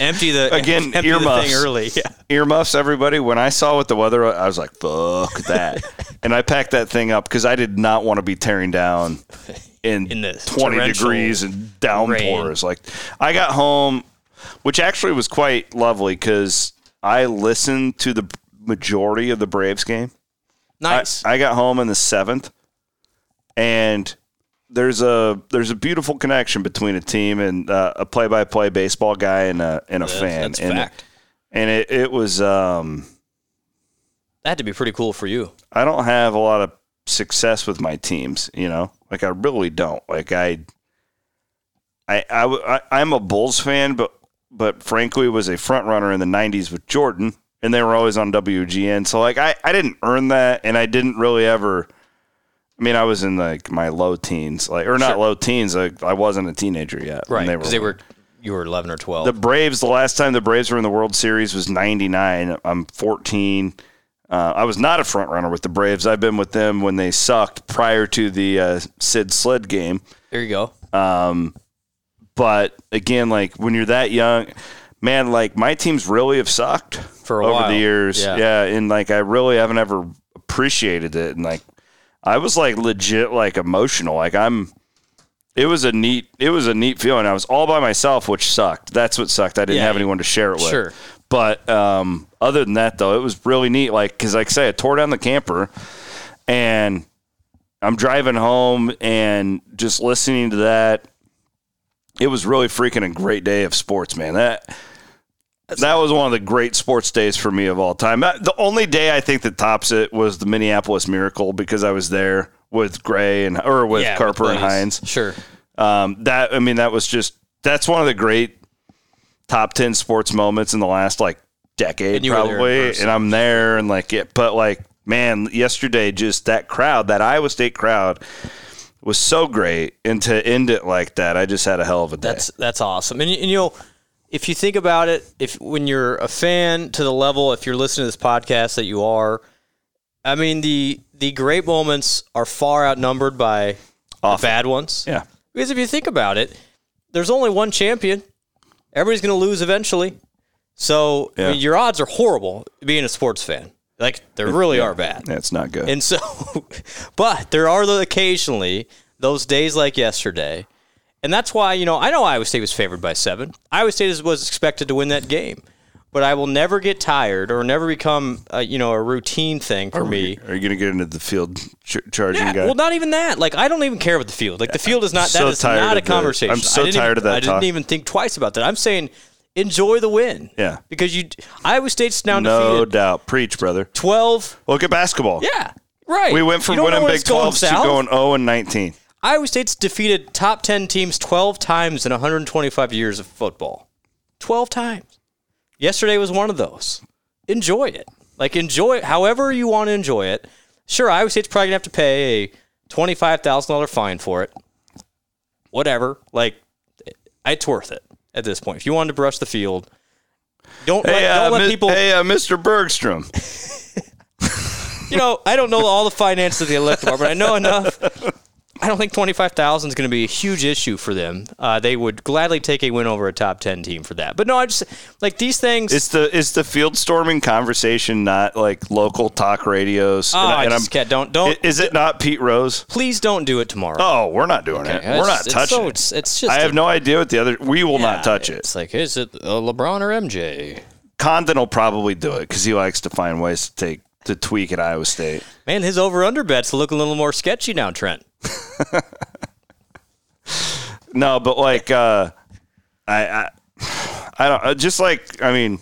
S4: empty the
S1: Again,
S4: empty
S1: earmuffs.
S4: the thing early. Yeah.
S1: earmuffs, everybody. When I saw what the weather, was, I was like, "Fuck that!" and I packed that thing up because I did not want to be tearing down in,
S4: In the
S1: twenty
S4: torrential
S1: degrees and downpours. Like, I got home, which actually was quite lovely because I listened to the majority of the Braves game.
S4: Nice.
S1: I, I got home in the seventh, and there's a there's a beautiful connection between a team and uh, a play by play baseball guy and a and a
S4: That's-
S1: fan.
S4: that's
S1: and
S4: fact.
S1: and it, it was um,
S4: That had to be pretty cool for you.
S1: I don't have a lot of success with my teams, you know. Like I really don't. Like I, I, I, w- I I'm a Bulls fan, but but frankly was a front runner in the '90s with Jordan, and they were always on WGN. So like I, I didn't earn that, and I didn't really ever. I mean, I was in like my low teens, like or not
S4: Sure.
S1: low teens. Like I wasn't a teenager yet. when
S4: Right. Because they were, you were 11 or 12.
S1: the Braves, the last time the Braves were in the World Series was 99. I'm 14. Uh, I was not a front runner with the Braves. I've been with them when they sucked prior to the uh, Sid Sled game.
S4: there you go.
S1: Um, but again, like when you're that young, man, like my teams really have sucked
S4: For a
S1: over
S4: while,
S1: the years.
S4: yeah.
S1: and like I really haven't ever appreciated it. And like I was like legit like emotional. Like I'm. It was a neat. It was a neat feeling. I was all by myself, which sucked. That's what sucked. I didn't
S4: Yeah,
S1: have
S4: you-
S1: anyone to share it with.
S4: Sure.
S1: But um, other than that, though, it was really neat. Like because, like I say, I tore down the camper, and I'm driving home and just listening to that. It was really freaking a great day of sports, man. That that was one of the great sports days for me of all time. Uh, The only day I think that tops it was the Minneapolis Miracle because I was there with Gray and or with
S4: Yeah, with
S1: Carper and
S4: buddies.
S1: Hines.
S4: Sure.
S1: Um, that I mean, that was just that's one of the great top ten sports moments in the last like decade,
S4: And you were there in
S1: probably.
S4: person.
S1: And I'm there and like it, but like man, yesterday just that crowd, that Iowa State crowd was so great, and to end it like that, I just had a hell of a day.
S4: That's that's awesome. And, you- and you know, if you think about it, if when you're a fan to the level, if you're listening to this podcast that you are, I mean the the great moments are far outnumbered by the bad ones.
S1: Yeah,
S4: because if you think about it, there's only one champion. Everybody's going to lose eventually. So I
S1: Yeah.
S4: mean, your odds are horrible being a sports fan. Like they really are bad.
S1: That's not good.
S4: And so, but there are the occasionally those days like yesterday. And that's why, you know, I know Iowa State was favored by seven. Iowa State is- was expected to win that game. But I will never get tired or never become, a, you know, a routine thing for
S1: are
S4: me.
S1: We, are you going to get into the field ch- charging
S4: Yeah,
S1: guy?
S4: well, not even that. Like, I don't even care about the field. Like, the field is not.
S1: so
S4: that is
S1: tired
S4: not a
S1: of the-
S4: conversation.
S1: I'm so
S4: I didn't
S1: tired
S4: even-
S1: of that
S4: I didn't
S1: talk.
S4: even think twice about that. I'm saying, enjoy the win.
S1: yeah,
S4: because you Iowa State's now
S1: no
S4: defeated
S1: doubt. Preach, brother.
S4: twelve.
S1: Look at basketball.
S4: Yeah, right.
S1: We went
S4: You
S1: from
S4: don't know
S1: winning
S4: when
S1: Big
S4: it's going
S1: 12s to
S4: south.
S1: going 0 and 19.
S4: Iowa State's defeated top 10 teams 12 times in 125 years of football. 12 times. Yesterday was one of those. Enjoy it. Like, enjoy it however you want to enjoy it. Sure, Iowa State's probably going to have to pay a $25,000 fine for it. Whatever. Like, it's worth it at this point. If you wanted to brush the field, don't,
S1: Hey,
S4: let,
S1: uh,
S4: don't let
S1: mi-
S4: people.
S1: hey uh, Mr. Bergstrom.
S4: you know, I don't know all the finances of the elective bar, but I know enough. I don't think twenty five thousand is going to be a huge issue for them. Uh, they would gladly take a win over a top ten team for that. But no, I just like these things.
S1: Is the is the field storming conversation not like local talk radios?
S4: Oh, I just can't- don't- don't-
S1: Is it not Pete Rose?
S4: please don't do it tomorrow.
S1: Oh, we're not doing
S4: Okay,
S1: it. We're
S4: it's-
S1: not
S4: it's
S1: touching
S4: so-
S1: it.
S4: it's- it's just
S1: I have
S4: a-
S1: no idea what the other. We will not touch it.
S4: It's like, is it uh, LeBron or MJ?
S1: Condon will probably do it because he likes to find ways to take to tweak at Iowa State.
S4: Man, his over under bets look a little more sketchy now, Trent.
S1: No, but like uh, I, I I don't uh, just like I mean,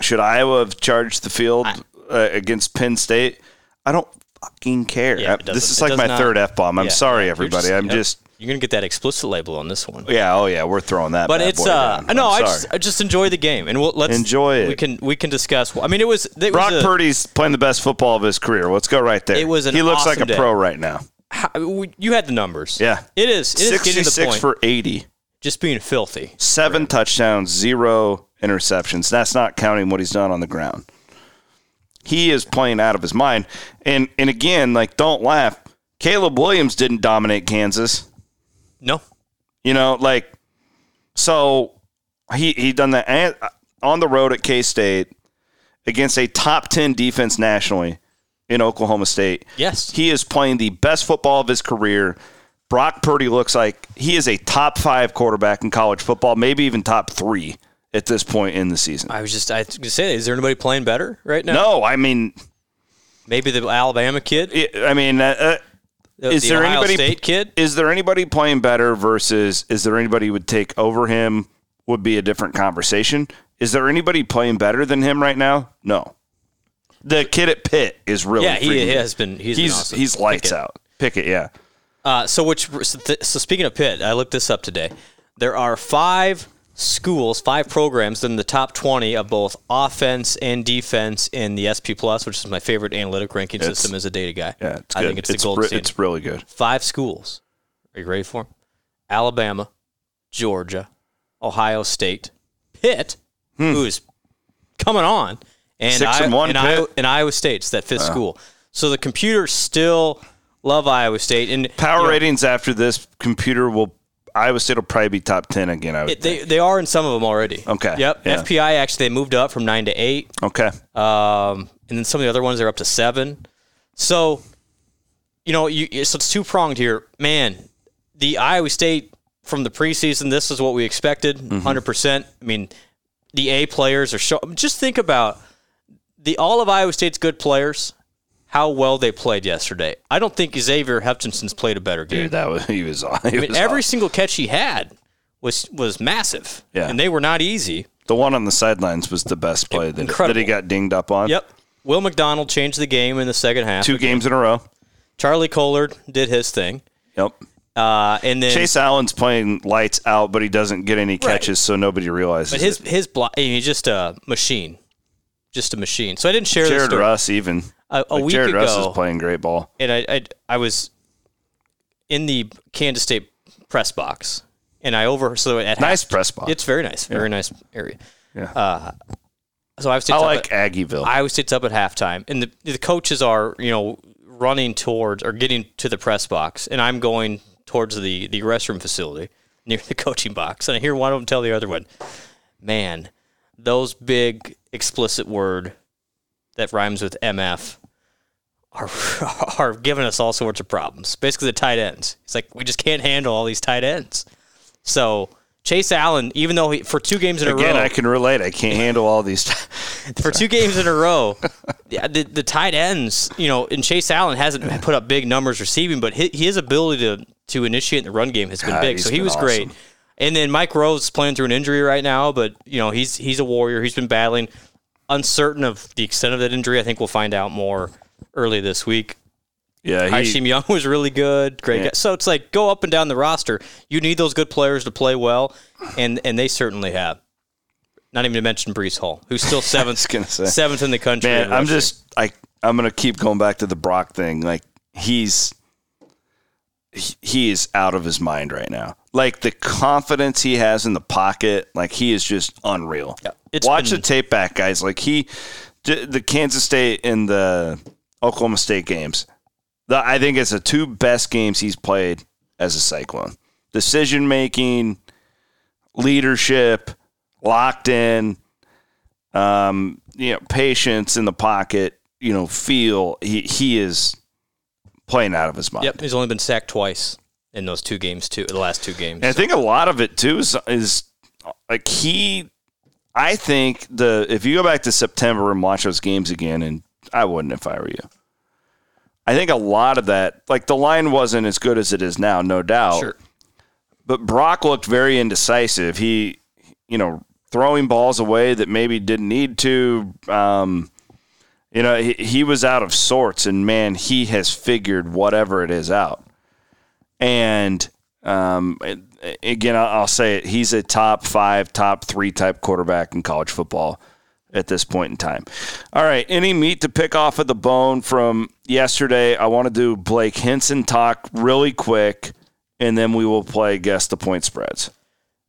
S1: should Iowa have charged the field uh, against Penn State? I don't fucking care.
S4: Yeah,
S1: I-
S4: it doesn't-
S1: this is
S4: it
S1: like
S4: does
S1: my
S4: not-
S1: third f bomb. I'm
S4: Yeah,
S1: sorry,
S4: you're
S1: everybody. I'm
S4: yep.
S1: just
S4: you're gonna get that explicit label on this one.
S1: yeah. Oh yeah, we're throwing that.
S4: But
S1: bad
S4: it's
S1: boy
S4: uh
S1: down.
S4: no,
S1: I'm sorry.
S4: I just I just enjoy the game and we'll let's
S1: Enjoy it.
S4: We can we can discuss. I mean, it was it
S1: Brock
S4: was a-
S1: Purdy's playing the best football of his career. Let's go right there.
S4: It was an
S1: he looks like
S4: awesome
S1: a
S4: day.
S1: pro right now.
S4: how- we- you had the numbers.
S1: Yeah,
S4: It is. It is getting to the
S1: sixty-six
S4: point.
S1: for eighty.
S4: just being filthy.
S1: seven touchdowns, zero interceptions. That's not counting what he's done on the ground. He is playing out of his mind. And and again, like don't laugh. Caleb Williams didn't dominate Kansas.
S4: No.
S1: You know, like so he he done that and uh, on the road at K State against a top ten defense nationally in Oklahoma State.
S4: Yes.
S1: He is playing the best football of his career. Brock Purdy looks like he is a top five quarterback in college football, maybe even top three at this point in the season.
S4: I was just I was gonna say, is there anybody playing better right now?
S1: No, I mean,
S4: Maybe the Alabama kid,
S1: it- I mean, uh,
S4: the,
S1: Is
S4: the
S1: there
S4: Ohio
S1: anybody-
S4: State kid.
S1: is there anybody playing better versus is there anybody who would take over him would be a different conversation. Is there anybody playing better than him right now? No. The kid at Pitt is really
S4: yeah, he,
S1: freaking
S4: he
S1: good.
S4: has been. He's
S1: he's
S4: been
S1: he's,
S4: awesome.
S1: lights
S4: Pickett.
S1: out. Pickett, yeah.
S4: Uh, so which so, th- so speaking of Pitt, I looked this up today. There are five schools, five programs in the top twenty of both offense and defense in the SP Plus, which is my favorite analytic ranking
S1: It's-
S4: system as a data guy.
S1: Yeah, it's
S4: I
S1: good.
S4: think it's, the gold
S1: re-
S4: standard.
S1: it's really good.
S4: five schools. Are you ready for them? Alabama, Georgia, Ohio State, Pitt, who's coming on, and
S1: Hmm. Six
S4: I-
S1: and one,
S4: and, Iowa,
S1: Pitt.
S4: and Iowa State's that fifth school. So the computers still love Iowa State and
S1: Power
S4: you know,
S1: ratings after this computer will Iowa State will probably be top ten again. I would
S4: it-
S1: think.
S4: they they are in some of them already.
S1: Okay,
S4: Yep.
S1: yeah.
S4: FPI actually they moved up from nine to eight.
S1: okay.
S4: Um, and then some of the other ones are up to seven. So, you know, you you- so it's two pronged here, man. The Iowa State from the preseason, this is what we expected,
S1: Mm-hmm.
S4: 100 percent. I mean, the A players are show. Just think about the all of Iowa State's good players, how well they played yesterday. I don't think Xavier Hutchinson's played a better game.
S1: Dude, that was he was on.
S4: I mean, every single catch he had was was massive,
S1: Yeah.
S4: and they were not easy.
S1: the one on the sidelines was the best play that, that
S4: Incredible.
S1: he got dinged up on.
S4: Yep. Will McDonald changed the game in the second half.
S1: two games in a row.
S4: Charlie Collard did his thing,
S1: Yep.
S4: uh, and then
S1: Chase Allen's playing lights out, but he doesn't get any catches, so nobody realizes.
S4: but his
S1: it.
S4: his block. I mean, he's just a machine, just a machine. So I didn't share this
S1: Jared
S4: story,
S1: Russ even
S4: A- a week
S1: Jared Russ
S4: ago-
S1: is playing great ball.
S4: and I, I I was in the Kansas State press box, and I over so at
S1: Nice press box.
S4: It's very nice, very
S1: Yeah.
S4: nice area.
S1: Yeah.
S4: Uh, so Iowa State's
S1: I
S4: up
S1: like
S4: at,
S1: Aggieville.
S4: Iowa State's up at halftime, and the the coaches are you know running towards or getting to the press box, and I'm going towards the the restroom facility near the coaching box, and I hear one of them tell the other one, "Man, those big explicit word that rhymes with MF." Are, are giving us all sorts of problems. Basically, the tight ends. It's like we just can't handle all these tight ends. So Chase Allen, even though he, for two games in a
S1: Again,
S4: row,
S1: I can relate. I can't handle all these.
S4: for two games in a row, yeah, the, the tight ends, you know, and Chase Allen hasn't put up big numbers receiving, but his, his ability to to initiate the run game has been
S1: God, Ah,
S4: big.
S1: he's
S4: So he
S1: been
S4: was great.
S1: awesome.
S4: And then Mike Rose is playing through an injury right now, but you know he's he's a warrior. He's been battling. Uncertain of the extent of that injury, I think we'll find out more early this week.
S1: Yeah, he-
S4: Hashim Young was really good. Great.
S1: Yeah.
S4: Guy. So it's like go up and down the roster. You need those good players to play well, and and they certainly have. Not even to mention Brees Hall, who's still seventh, seventh in the country.
S1: Man,
S4: in
S1: I'm
S4: rushing.
S1: just I I'm gonna keep going back to the Brock thing. Like he's he- he is out of his mind right now. Like the confidence he has in the pocket, like he is just unreal.
S4: it's
S1: Watch
S4: been-
S1: the tape back, guys. Like he, d- the Kansas State and the Oklahoma State games. The, I think it's the two best games he's played as a Cyclone. Decision making, leadership, locked in, um, you know, patience in the pocket, you know, feel. He he is playing out of his mind.
S4: Yep, he's only been sacked twice in those two games, too. The last two games.
S1: And I think a lot of it too is, is like he. I think the if you go back to September and watch those games again, and I wouldn't if I were you. I think a lot of that, like the line wasn't as good as it is now, no doubt.
S4: Sure.
S1: But Brock looked very indecisive. He, you know, throwing balls away that maybe didn't need to. Um, you know, he, he was out of sorts, and man, he has figured whatever it is out. And um, a- again, I'll I'll say it. He's a top five, top three type quarterback in college football at this point in time. All right. Any meat to pick off of the bone from yesterday? I want to do Blake Henson talk really quick, and then we will play guess the point spreads.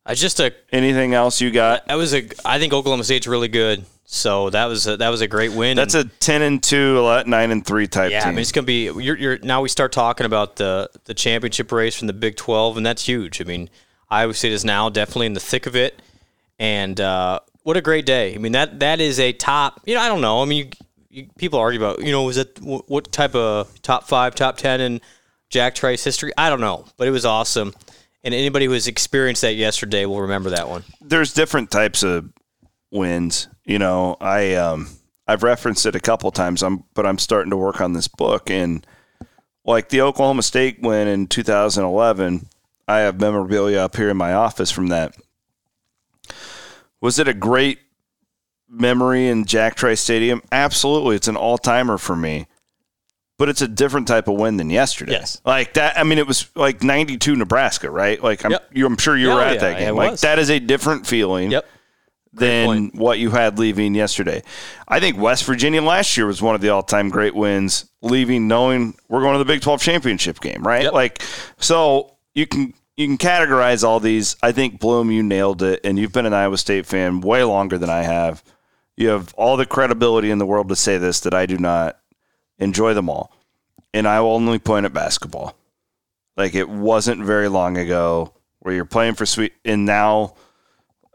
S4: I just a
S1: Anything else you got?
S4: that was a. I think Oklahoma State's really good. So that was a, that was a great win.
S1: That's a ten and two, ele- nine and three type
S4: yeah. I
S1: team.
S4: mean, it's gonna be. You're, you're now we start talking about the the championship race from the Big Twelve, and that's huge. I mean, Iowa State is now definitely in the thick of it, and uh, what a great day. I mean that that is a top. You know, I don't know. I mean, you, you, people argue about you know was that wh- what type of top five, top ten in Jack Trice history? I don't know, but it was awesome. And anybody who has experienced that yesterday will remember that one.
S1: there's different types of wins. You know, I um I've referenced it a couple times. I'm but I'm starting to work on this book and like the Oklahoma State win in 2011. I have memorabilia up here in my office from that. Was it a great memory in Jack Trice Stadium? Absolutely, it's an all timer for me. But it's a different type of win than yesterday.
S4: Yes.
S1: like that. I mean, it was like 92 Nebraska, right? Like I'm,
S4: Yep.
S1: you, I'm sure you
S4: Yeah, oh
S1: were at
S4: yeah,
S1: that
S4: I
S1: game. Like
S4: was.
S1: that is a different feeling
S4: Yep.
S1: than what you had leaving yesterday. I think West Virginia last year was one of the all time great wins, leaving knowing we're going to the Big Twelve championship game, right?
S4: Yep.
S1: Like so you can you can categorize all these. I think Bloom, you nailed it, and you've been an Iowa State fan way longer than I have. You have all the credibility in the world to say this that I do not enjoy them all. And I will only point at basketball. Like it wasn't very long ago where you're playing for sweet and now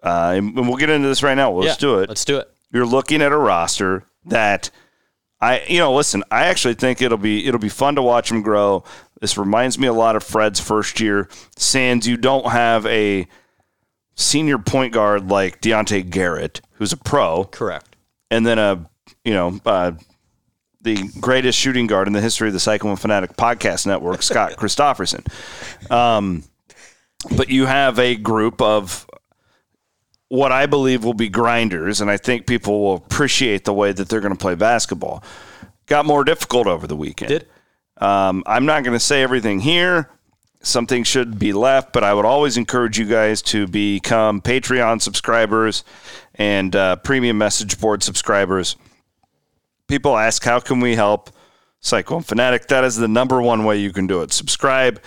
S1: uh, and and we'll get into this right now. Let's
S4: Yeah,
S1: do it.
S4: Let's do it.
S1: You're looking at a roster that I, you know, listen. I actually think it'll be it'll be fun to watch them grow. This reminds me a lot of Fred's first year. Sands, you don't have a senior point guard like Deontay Garrett, who's a pro,
S4: Correct.
S1: and then a you know uh, the greatest shooting guard in the history of the Cyclone Fanatic Podcast Network, Scott Christofferson. Um, but you have a group of what I believe will be grinders, and I think people will appreciate the way that they're going to play basketball. Got more difficult over the weekend.
S4: Did.
S1: Um, I'm not going to say everything here. Something should be left, but I would always encourage you guys to become Patreon subscribers and uh, premium message board subscribers. People ask, how can we help Psycho and Fanatic? That is the number one way you can do it. Subscribe.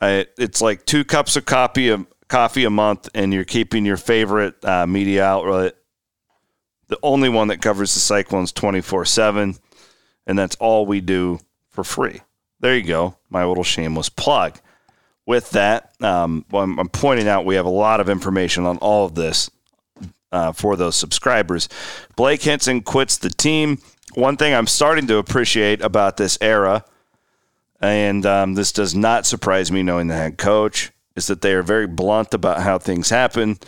S1: I, it's like two cups of coffee a, coffee a month and you're keeping your favorite uh, media outlet, the only one that covers the Cyclones 24 7. And that's all we do for free. There you go. My little shameless plug. With that, um, well, I'm, I'm pointing out we have a lot of information on all of this uh, for those subscribers. Blake Henson quits the team. One thing I'm starting to appreciate about this era, and um, this does not surprise me knowing the head coach, is that they are very blunt about how things happen.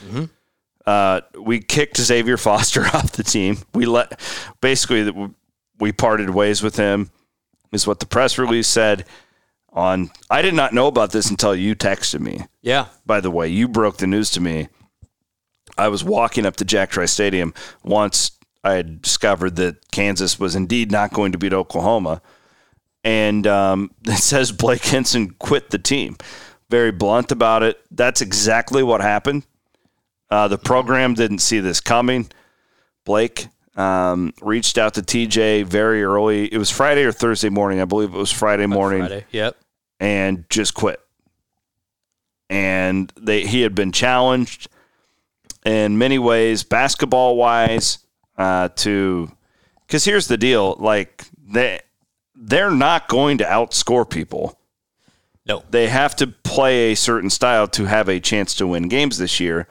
S1: Uh, we kicked Xavier Foster off the team. We let basically that we parted ways with him, is what the press release said. On I did not know about this until you texted me.
S4: Yeah.
S1: By the way, you broke the news to me. I was walking up to Jack Tri Stadium once I had discovered that Kansas was indeed not going to beat Oklahoma. And um, it says Blake Henson quit the team. Very blunt about it. That's exactly what happened. Uh, the program didn't see this coming. Blake um, reached out to TJ very early. It was Friday or Thursday morning. I believe it was Friday morning
S4: Friday. Yep.
S1: and just quit. And they he had been challenged in many ways, basketball wise, uh, to because here's the deal: like they they're not going to outscore people.
S4: No,
S1: they have to play a certain style to have a chance to win games this year.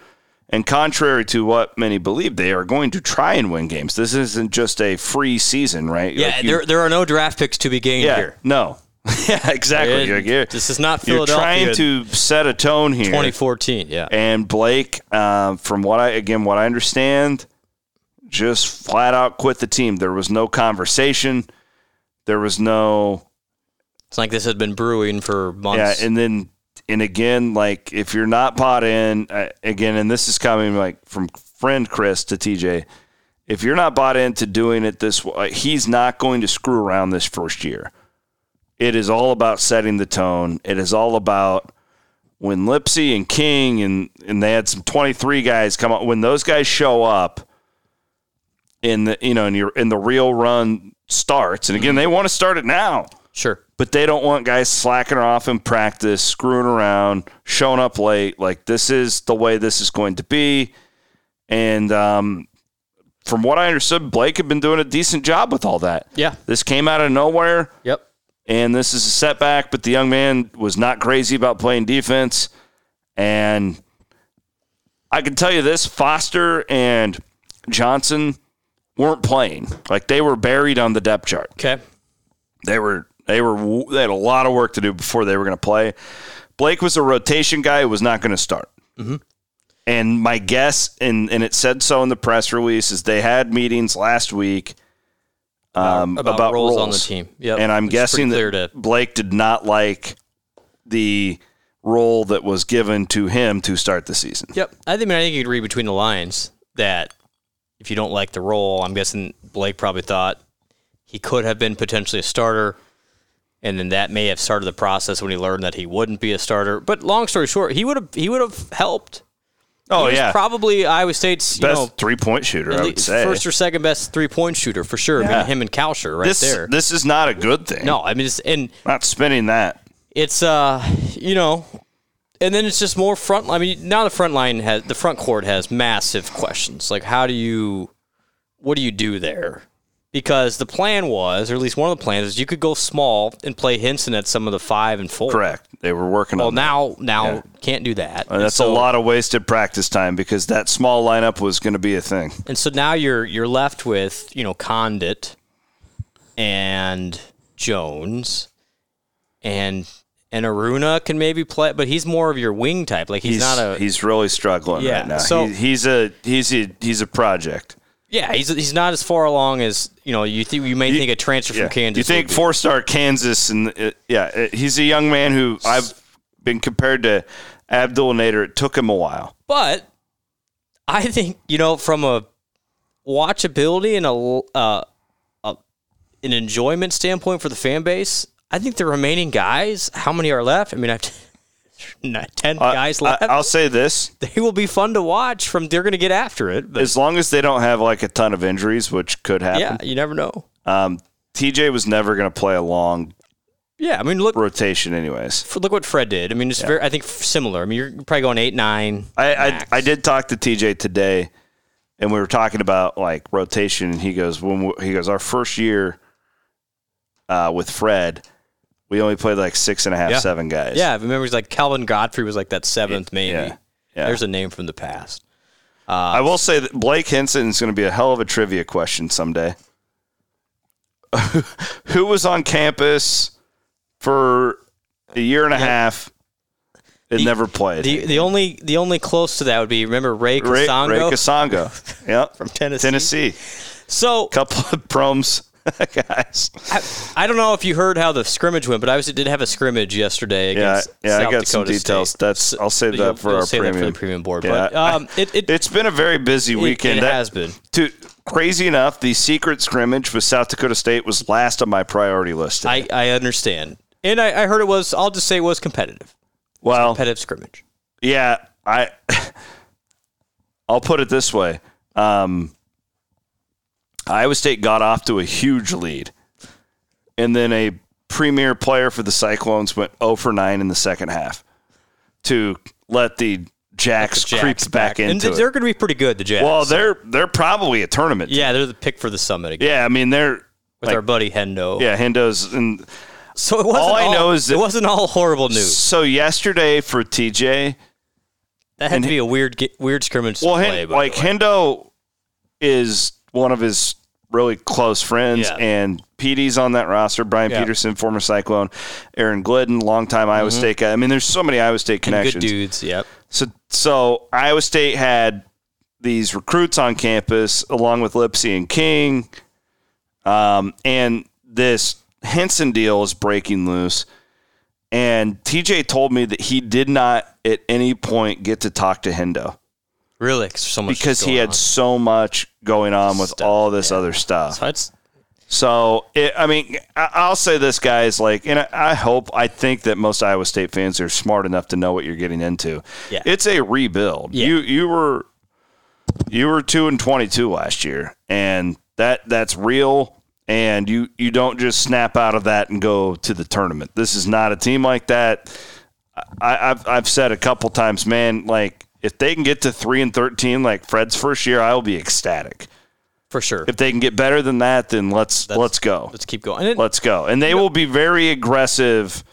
S1: And contrary to what many believe, they are going to try and win games. This isn't just a free season, right?
S4: Yeah.
S1: Like, you-
S4: there, there are no draft picks to be gained
S1: yeah,
S4: here.
S1: No. yeah, exactly.
S4: It-
S1: You're- you're-
S4: this is not
S1: You're trying
S4: Philadelphia
S1: to set a tone here.
S4: 2014. Yeah.
S1: And Blake, um, from what I again what I understand, just flat out quit the team. There was no conversation. There was no
S4: It's like this had been brewing for months.
S1: yeah. And then and again, like if you're not bought in, uh, again, and this is coming like from friend Chris to TJ. If you're not bought into doing it this way, he's not going to screw around this first year. It is all about setting the tone. It is all about when Lipsy and King and and they had some 23 guys come up when those guys show up in the you know and your in the real run starts and again they want to start it now
S4: sure
S1: but they don't want guys slacking off in practice screwing around showing up late like this is the way this is going to be and um from what I understood Blake had been doing a decent job with all that
S4: yeah.
S1: this came out of nowhere
S4: Yep.
S1: and this is a setback. But the young man was not crazy about playing defense, and I can tell you this: Foster and Johnson weren't playing; like they were buried on the depth chart.
S4: Okay.
S1: They were they were they had a lot of work to do before they were going to play. Blake was a rotation guy who was not going to start.
S4: Mm-hmm.
S1: And my guess, and and it said so in the press release, is they had meetings last week um,
S4: about
S1: about,
S4: roles
S1: roles
S4: on the team. Yep.
S1: And I'm
S4: It's
S1: guessing
S4: pretty
S1: that
S4: clear to-
S1: Blake did not like the role that was given to him to start the season.
S4: Yep. I think I, mean, I think you could read between the lines that if you don't like the role, I'm guessing Blake probably thought he could have been potentially a starter, and then that may have started the process when he learned that he wouldn't be a starter. But long story short, he would have he would have helped.
S1: Oh
S4: He was
S1: yeah,
S4: probably Iowa State's you
S1: best
S4: know,
S1: three point shooter,
S4: at
S1: I
S4: lea-
S1: would say.
S4: first or second best three point shooter for sure. I mean,
S1: Yeah.
S4: him and Kalsher right
S1: this
S4: there.
S1: this is not a good thing.
S4: no, I mean, it's, and
S1: not spinning that.
S4: it's uh you know and then it's just more front i mean now the front line has the front court has massive questions like how do you what do you do there because the plan was or at least one of the plans is you could go small and play henson at some of the five and four
S1: Correct. They were working
S4: well
S1: on that.
S4: now now
S1: Yeah.
S4: can't do that
S1: And that's
S4: and
S1: a
S4: so,
S1: lot of wasted practice time because that small lineup was going to be a thing.
S4: and so now you're you're left with you know condit and jones and and Aruna can maybe play, but he's more of your wing type. Like he's, not a
S1: he's really struggling
S4: Yeah,
S1: right now.
S4: so-
S1: he, he's a he's a he's a project.
S4: Yeah, he's he's not as far along as you know. You think you may think a transfer
S1: Yeah.
S4: from Kansas.
S1: You think
S4: would be.
S1: four star Kansas and uh, yeah, uh, he's a young man who I've been compared to Abdul Nader. It took him a while.
S4: but I think you know from a watchability and a, uh, a an enjoyment standpoint for the fan base. I think the remaining guys, how many are left? I mean, I've not- ten
S1: I-
S4: guys
S1: Uh, I-
S4: left.
S1: I'll say this:
S4: they will be fun to watch. From they're going to get after it. But
S1: as long as they don't have like a ton of injuries, which could
S4: yeah,
S1: happen.
S4: you never know.
S1: Um, TJ was never going to play a long
S4: Yeah, I mean, look
S1: rotation, anyways.
S4: F- Look what Fred did. I mean, it's very, I think f- similar. I mean, you're probably going eight nine.
S1: I, I I did talk to TJ today, and we were talking about like rotation, and he goes when we, he goes our first year uh, with Fred, we only played like six and a half,
S4: Yeah.
S1: seven guys.
S4: Yeah, I remember he's like Calvin Godfrey was like that seventh, maybe.
S1: Yeah. Yeah.
S4: There's a name from the past.
S1: I will say that Blake Henson is going to be a hell of a trivia question someday. Who was on campus for a year and a half and never played?
S4: The the only the only close to that would be remember Ray
S1: Ray, Ray
S4: Casongo.
S1: Kasongo. Yep. From
S4: Tennessee.
S1: Tennessee.
S4: So
S1: couple of proms guys.
S4: I, I don't know if you heard how the scrimmage went, but I obviously did have a scrimmage yesterday
S1: Yeah,
S4: against
S1: yeah,
S4: South
S1: I got some
S4: Dakota
S1: details.
S4: State.
S1: That's I'll save
S4: You'll-
S1: that for
S4: you'll
S1: our
S4: save that for
S1: premium.
S4: the premium board, but,
S1: I-
S4: um, it, it
S1: it's been a very busy
S4: it-
S1: weekend.
S4: it
S1: That-
S4: has been.
S1: Dude, crazy enough, the secret scrimmage with South Dakota State was last on my priority list.
S4: I, I understand, and I, I heard it was. I'll just say it was competitive.
S1: Well,
S4: competitive scrimmage.
S1: Yeah, I. I'll put it this way: um, Iowa State got off to a huge lead, and then a premier player for the Cyclones went 0 for 9 in the second half to let the Jacks,
S4: Jacks
S1: creep back,
S4: and
S1: into
S4: th- they're
S1: it.
S4: going to be pretty good. The Jacks.
S1: Well, they're they're probably a tournament. team.
S4: yeah, they're the pick for the summit again
S1: Yeah, I mean they're
S4: with
S1: like,
S4: our buddy Hendo.
S1: yeah Hendo's and
S4: So it wasn't
S1: all
S4: all,
S1: I know is that-
S4: it wasn't all horrible news.
S1: so yesterday for TJ.
S4: That had
S1: and-
S4: to be a weird ge- weird scrimmage to
S1: Well, Hen-
S4: play. by the
S1: like
S4: way.
S1: Hendo is one of his really close friends,
S4: Yeah.
S1: and PD's on that roster. Brian
S4: Yeah. Mm-hmm.
S1: Peterson, former Cyclone, Aaron Glidden, longtime Iowa State guy. I mean, there's so many Iowa State
S4: And
S1: connections.
S4: good dudes. Yep.
S1: So, so Iowa State had these recruits on campus along with Lipsy and King, um, and this Henson deal is breaking loose. And TJ told me that he did not at any point get to talk to Hendo
S4: Really, because so much
S1: because he
S4: going
S1: had
S4: on.
S1: so much going on with all this other stuff.
S4: So it's
S1: So, it, I mean, I- I'll say this, guys. Like, and I- I hope, I think that most Iowa State fans are smart enough to know what you're getting into.
S4: Yeah.
S1: it's a rebuild.
S4: Yeah.
S1: You you were you were two and twenty two last year, and that that's real. And you you don't just snap out of that and go to the tournament. This is not a team like that. I, I've I've said a couple times, man. Like, if they can get to three and thirteen, like Fred's first year, I will be ecstatic.
S4: for sure.
S1: If they can get better than that, then let's
S4: That's-
S1: let's go.
S4: Let's keep going. And it-
S1: Let's go. And they will be very aggressive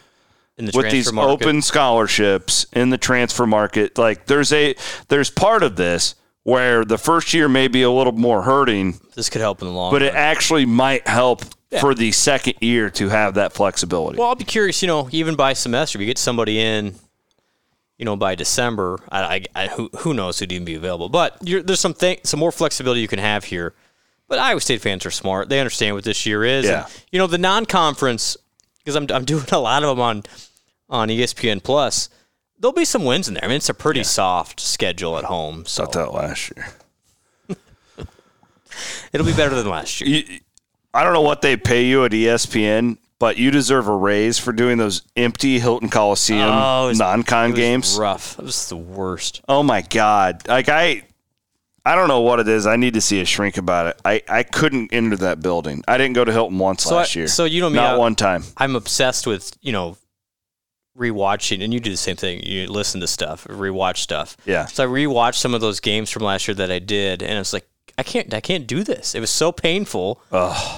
S4: in the
S1: with these
S4: transfer market.
S1: open scholarships in the transfer market. Like there's a there's part of this where the first year may be a little more hurting,
S4: This could help in the long
S1: but
S4: run.
S1: it actually might help for the second year to have that flexibility.
S4: well, I'll be curious. You know, even by semester, if you get somebody in, you know, by December, I, I, I who, who knows who'd even be available. But you're, there's some thing, some more flexibility you can have here. But Iowa State fans are smart. They understand what this year is.
S1: Yeah.
S4: And, you know, the non-conference because I'm I'm doing a lot of them on on E ESPN Plus. There'll be some wins in there. I mean, it's a pretty soft schedule at home, so
S1: Not that last year.
S4: it'll be better than last year.
S1: You, I don't know what they pay you at E ESPN, but you deserve a raise for doing those empty Hilton Coliseum
S4: Oh, it was-
S1: non-con
S4: It was
S1: games.
S4: Rough. It was the worst.
S1: Oh my god! Like I, I don't know what it is. I need to see a shrink about it. I I couldn't enter that building. I didn't go to Hilton once
S4: So I-
S1: last year.
S4: so you know me,
S1: not
S4: I-
S1: one time.
S4: I'm obsessed with you know rewatching, and you do the same thing. You listen to stuff, rewatch stuff.
S1: Yeah.
S4: So I rewatched some of those games from last year that I did, and it's like I can't, I can't do this. It was so painful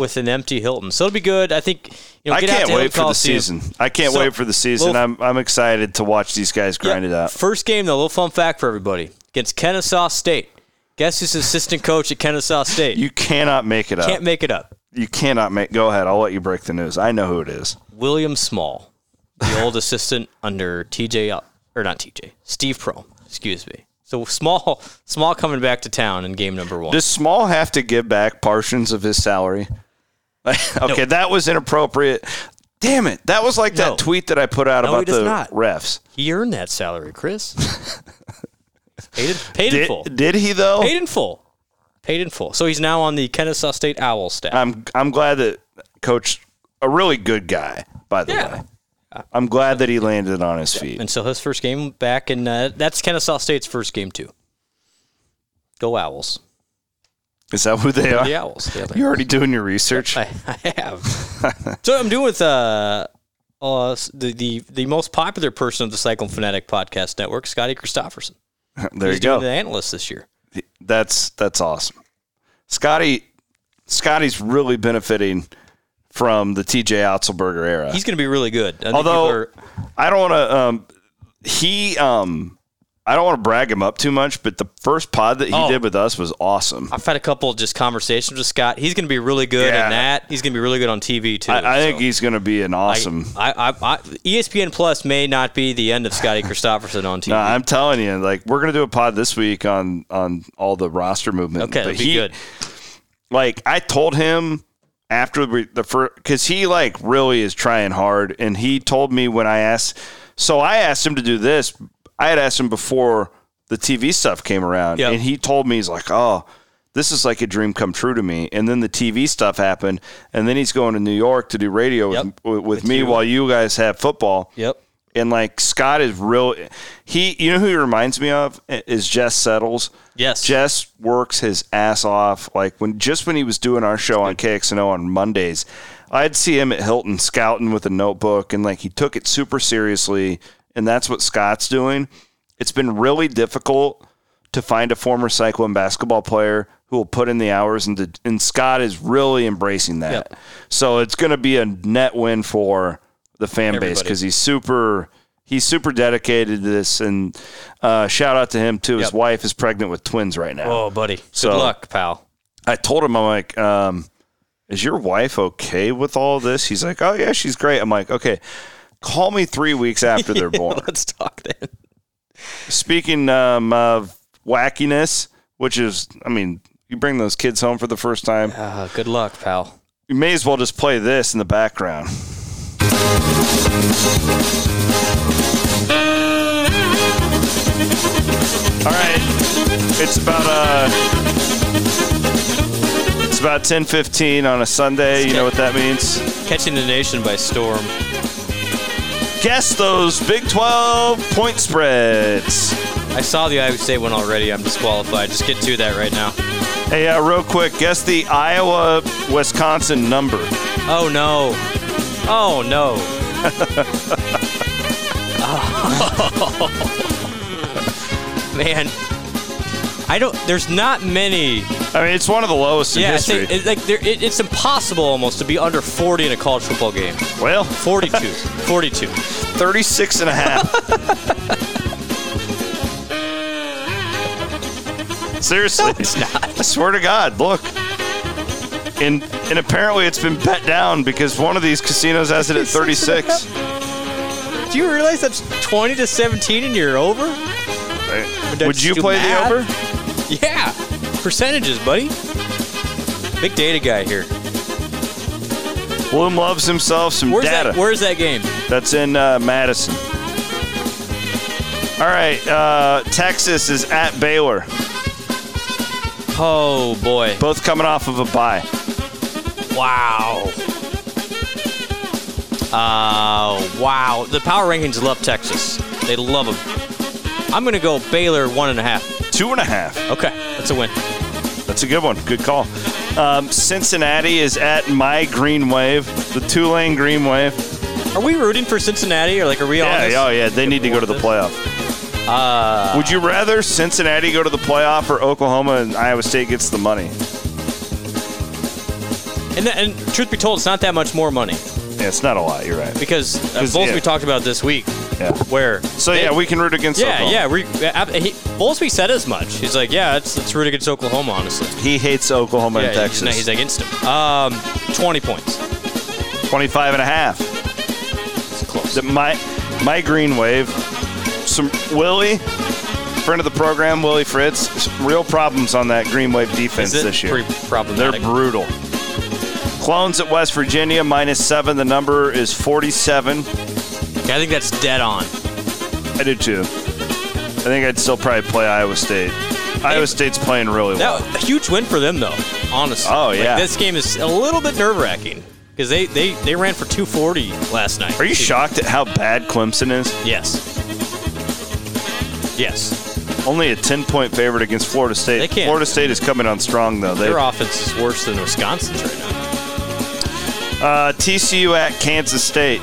S4: with an empty Hilton. So it'll be good. I think. You know,
S1: I
S4: get out
S1: can't
S4: to Hilton
S1: wait for the
S4: Coliseum.
S1: season. I can't
S4: So-
S1: wait for the season.
S4: Well,
S1: I'm I'm excited to watch these guys grind it
S4: Yeah.
S1: out.
S4: First game, though, a little fun fact for everybody against Kennesaw State. Guess who's assistant coach at Kennesaw State?
S1: You cannot make it up.
S4: can't make it up.
S1: you cannot make. Go ahead. I'll let you break the news. I know who it is.
S4: William Small, the old assistant under TJ Al- or not TJ, Steve Pro, excuse me. So Small, Small coming back to town in game number one.
S1: Does Small have to give back portions of his salary? okay, that was inappropriate. Damn it! That was like
S4: No.
S1: that tweet that I put out
S4: No, he
S1: about
S4: does
S1: the
S4: not.
S1: refs.
S4: he earned that salary, Chris. paid, in- paid in
S1: Did,
S4: full.
S1: did he though?
S4: Paid in full. Paid in full. So he's now on the Kennesaw State Owl staff.
S1: I'm I'm glad that coach a really good guy by the
S4: Yeah.
S1: way. I'm glad that he landed on his feet.
S4: and so his first game back, and uh, that's Kennesaw State's first game too. Go Owls.
S1: Is that who they are?
S4: The Owls. Yeah, they-
S1: You're already doing your research.
S4: I, I have. so I'm doing with uh, uh, s- the, the the most popular person of the Cycle Fanatic Podcast Network, Scotty Christofferson.
S1: there
S4: He's
S1: you go.
S4: Doing the analyst this year.
S1: That's that's awesome. Scotty Scotty's really benefiting from the TJ Otzelberger era.
S4: He's going to be really good. I think
S1: Although
S4: people are-
S1: I don't want to, um, he, um, I don't want to brag him up too much, but the first pod that he
S4: Oh.
S1: did with us was awesome.
S4: I've had a couple of just conversations with Scott. He's going to be really good
S1: Yeah.
S4: in that. He's going to be really good on TV too.
S1: I, I think he's going to be an awesome.
S4: I, I, I, E ESPN Plus may not be the end of Scotty Christofferson on TV.
S1: No, I'm telling you, like we're gonna do a pod this week on on all the roster movement.
S4: Okay, that'd be good.
S1: Like I told him after we, the first, because he like really is trying hard, and he told me when I asked. So I asked him to do this. I had asked him before the TV stuff came around,
S4: Yep.
S1: and he told me he's like, oh. This is like a dream come true to me, and then the TV stuff happened, and then he's going to New York to do radio
S4: Yep.
S1: with, with, with
S4: With
S1: me
S4: you.
S1: while you guys have football.
S4: Yep.
S1: And like Scott is real. He, you know who he reminds me of is Jess Settles.
S4: Yes.
S1: Jess works his ass off. Like when just when he was doing our show on KXNO on Mondays, I'd see him at Hilton scouting with a notebook, and like he took it super seriously. And that's what Scott's doing. It's been really difficult to find a former cycle and basketball player who will put in the hours, and the, and Scott is really embracing that.
S4: Yep.
S1: So it's going to be a net win for the fan base
S4: Everybody.
S1: because he's super he's super dedicated to this and uh, shout out to him too his
S4: Yep.
S1: wife is pregnant with twins right now
S4: Oh, buddy.
S1: So-
S4: good luck, pal.
S1: i told him i'm like um, is your wife okay with all this he's like oh yeah she's great i'm like okay call me three weeks after they're born
S4: Let's talk then.
S1: speaking um, of wackiness which is i mean you bring those kids home for the first time
S4: Uh, good luck, pal.
S1: you may as well just play this in the background All right, it's about uh, it's about ten fifteen on a Sunday. You know what that means?
S4: Catching the nation by storm.
S1: Guess those Big Twelve point spreads.
S4: I saw the Iowa State one already. I'm disqualified. Just get to that right now.
S1: Hey, uh, real quick, guess the Iowa Wisconsin number.
S4: Oh no. Oh no. Oh. Man, I don't. There's not many.
S1: I mean, it's one of the lowest in
S4: yeah, I
S1: history.
S4: think it, like there, it, it's impossible almost to be under 40 in a college football game.
S1: well,
S4: 42, 42.
S1: 36 and a half. Seriously, it's not. I swear to God, look. And and apparently it's been bet down because one of these casinos has it at 36.
S4: Do you realize that's 20 to 17 and you're over?
S1: Would you
S4: do
S1: play
S4: math?
S1: the over?
S4: Yeah, percentages, buddy. Big data guy here.
S1: Bloom loves himself some
S4: Where's
S1: data.
S4: that? Where's that game?
S1: That's in uh, Madison. All right, uh, Texas is at Baylor,
S4: Oh boy!
S1: both coming off of a bye.
S4: Wow. Uh, wow. The power rankings love Texas. They love them. I'm gonna go Baylor one and a half.
S1: Two and a half.
S4: Okay, that's a win.
S1: That's a good one. Good call. Um, Cincinnati is at my green wave, the two lane green wave.
S4: Are we rooting for Cincinnati or like are we on?
S1: Yeah,
S4: this?
S1: oh yeah, they need to go to the playoff. Would you rather Cincinnati go to the playoff or Oklahoma and Iowa State gets the money?
S4: And, that, and truth be told, it's not that much more money
S1: Yeah, it's not a lot. You're right.
S4: because uh,
S1: 'Cause,
S4: Volsby
S1: yeah.
S4: talked about it this week.
S1: Yeah.
S4: Where?
S1: So yeah, we can root against.
S4: Yeah,
S1: Oklahoma.
S4: yeah. We, ab- he, Volsby said as much. He's like, yeah, it's it's really against Oklahoma, honestly.
S1: He hates Oklahoma
S4: yeah,
S1: and
S4: he's-
S1: Texas.
S4: he's against him. Um, 20 points.
S1: 25 and a half.
S4: It's close.
S1: The- my my green wave. Some Willie, friend of the program, Willie Fritz. some real problems on that green wave defense
S4: Is it
S1: this year.
S4: pretty
S1: They're
S4: problematic?
S1: brutal. Clones at West Virginia minus seven. The number is 47.
S4: Yeah, I think that's dead on.
S1: I do too. I think I'd still probably play Iowa State. Iowa State's playing really well.
S4: That a huge win for them though, honestly.
S1: Oh,
S4: Like,
S1: yeah.
S4: this game is a little bit nerve wracking because they, they they ran for 240 last night.
S1: Are you shocked at how bad Clemson is?
S4: Yes. Yes.
S1: Only a 10 point favorite against Florida State.
S4: They can't-
S1: Florida State is coming on strong, though. They,
S4: Their offense is worse than Wisconsin's right now.
S1: uh, TCU at Kansas State.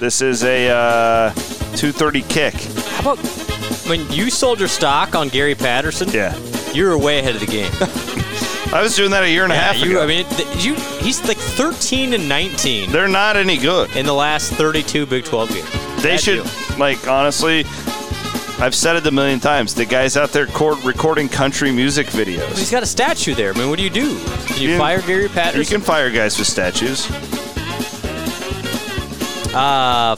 S1: This is a uh, 230 kick.
S4: How about when you sold your stock on Gary Patterson?
S1: Yeah,
S4: you were way ahead of the game.
S1: I was doing that a year and a half
S4: you,
S1: ago.
S4: I mean, th- you he's like 13 and 19.
S1: They're not any good
S4: in the last 32 Big 12 games.
S1: They
S4: Bad
S1: should,
S4: deal.
S1: like, honestly, I've said it a million times. The guys out there cor- recording country music videos.
S4: He's got a statue there. I mean, what do you do? Can you,
S1: You-
S4: fire Gary Patterson?
S1: You can fire guys with statues.
S4: Uh,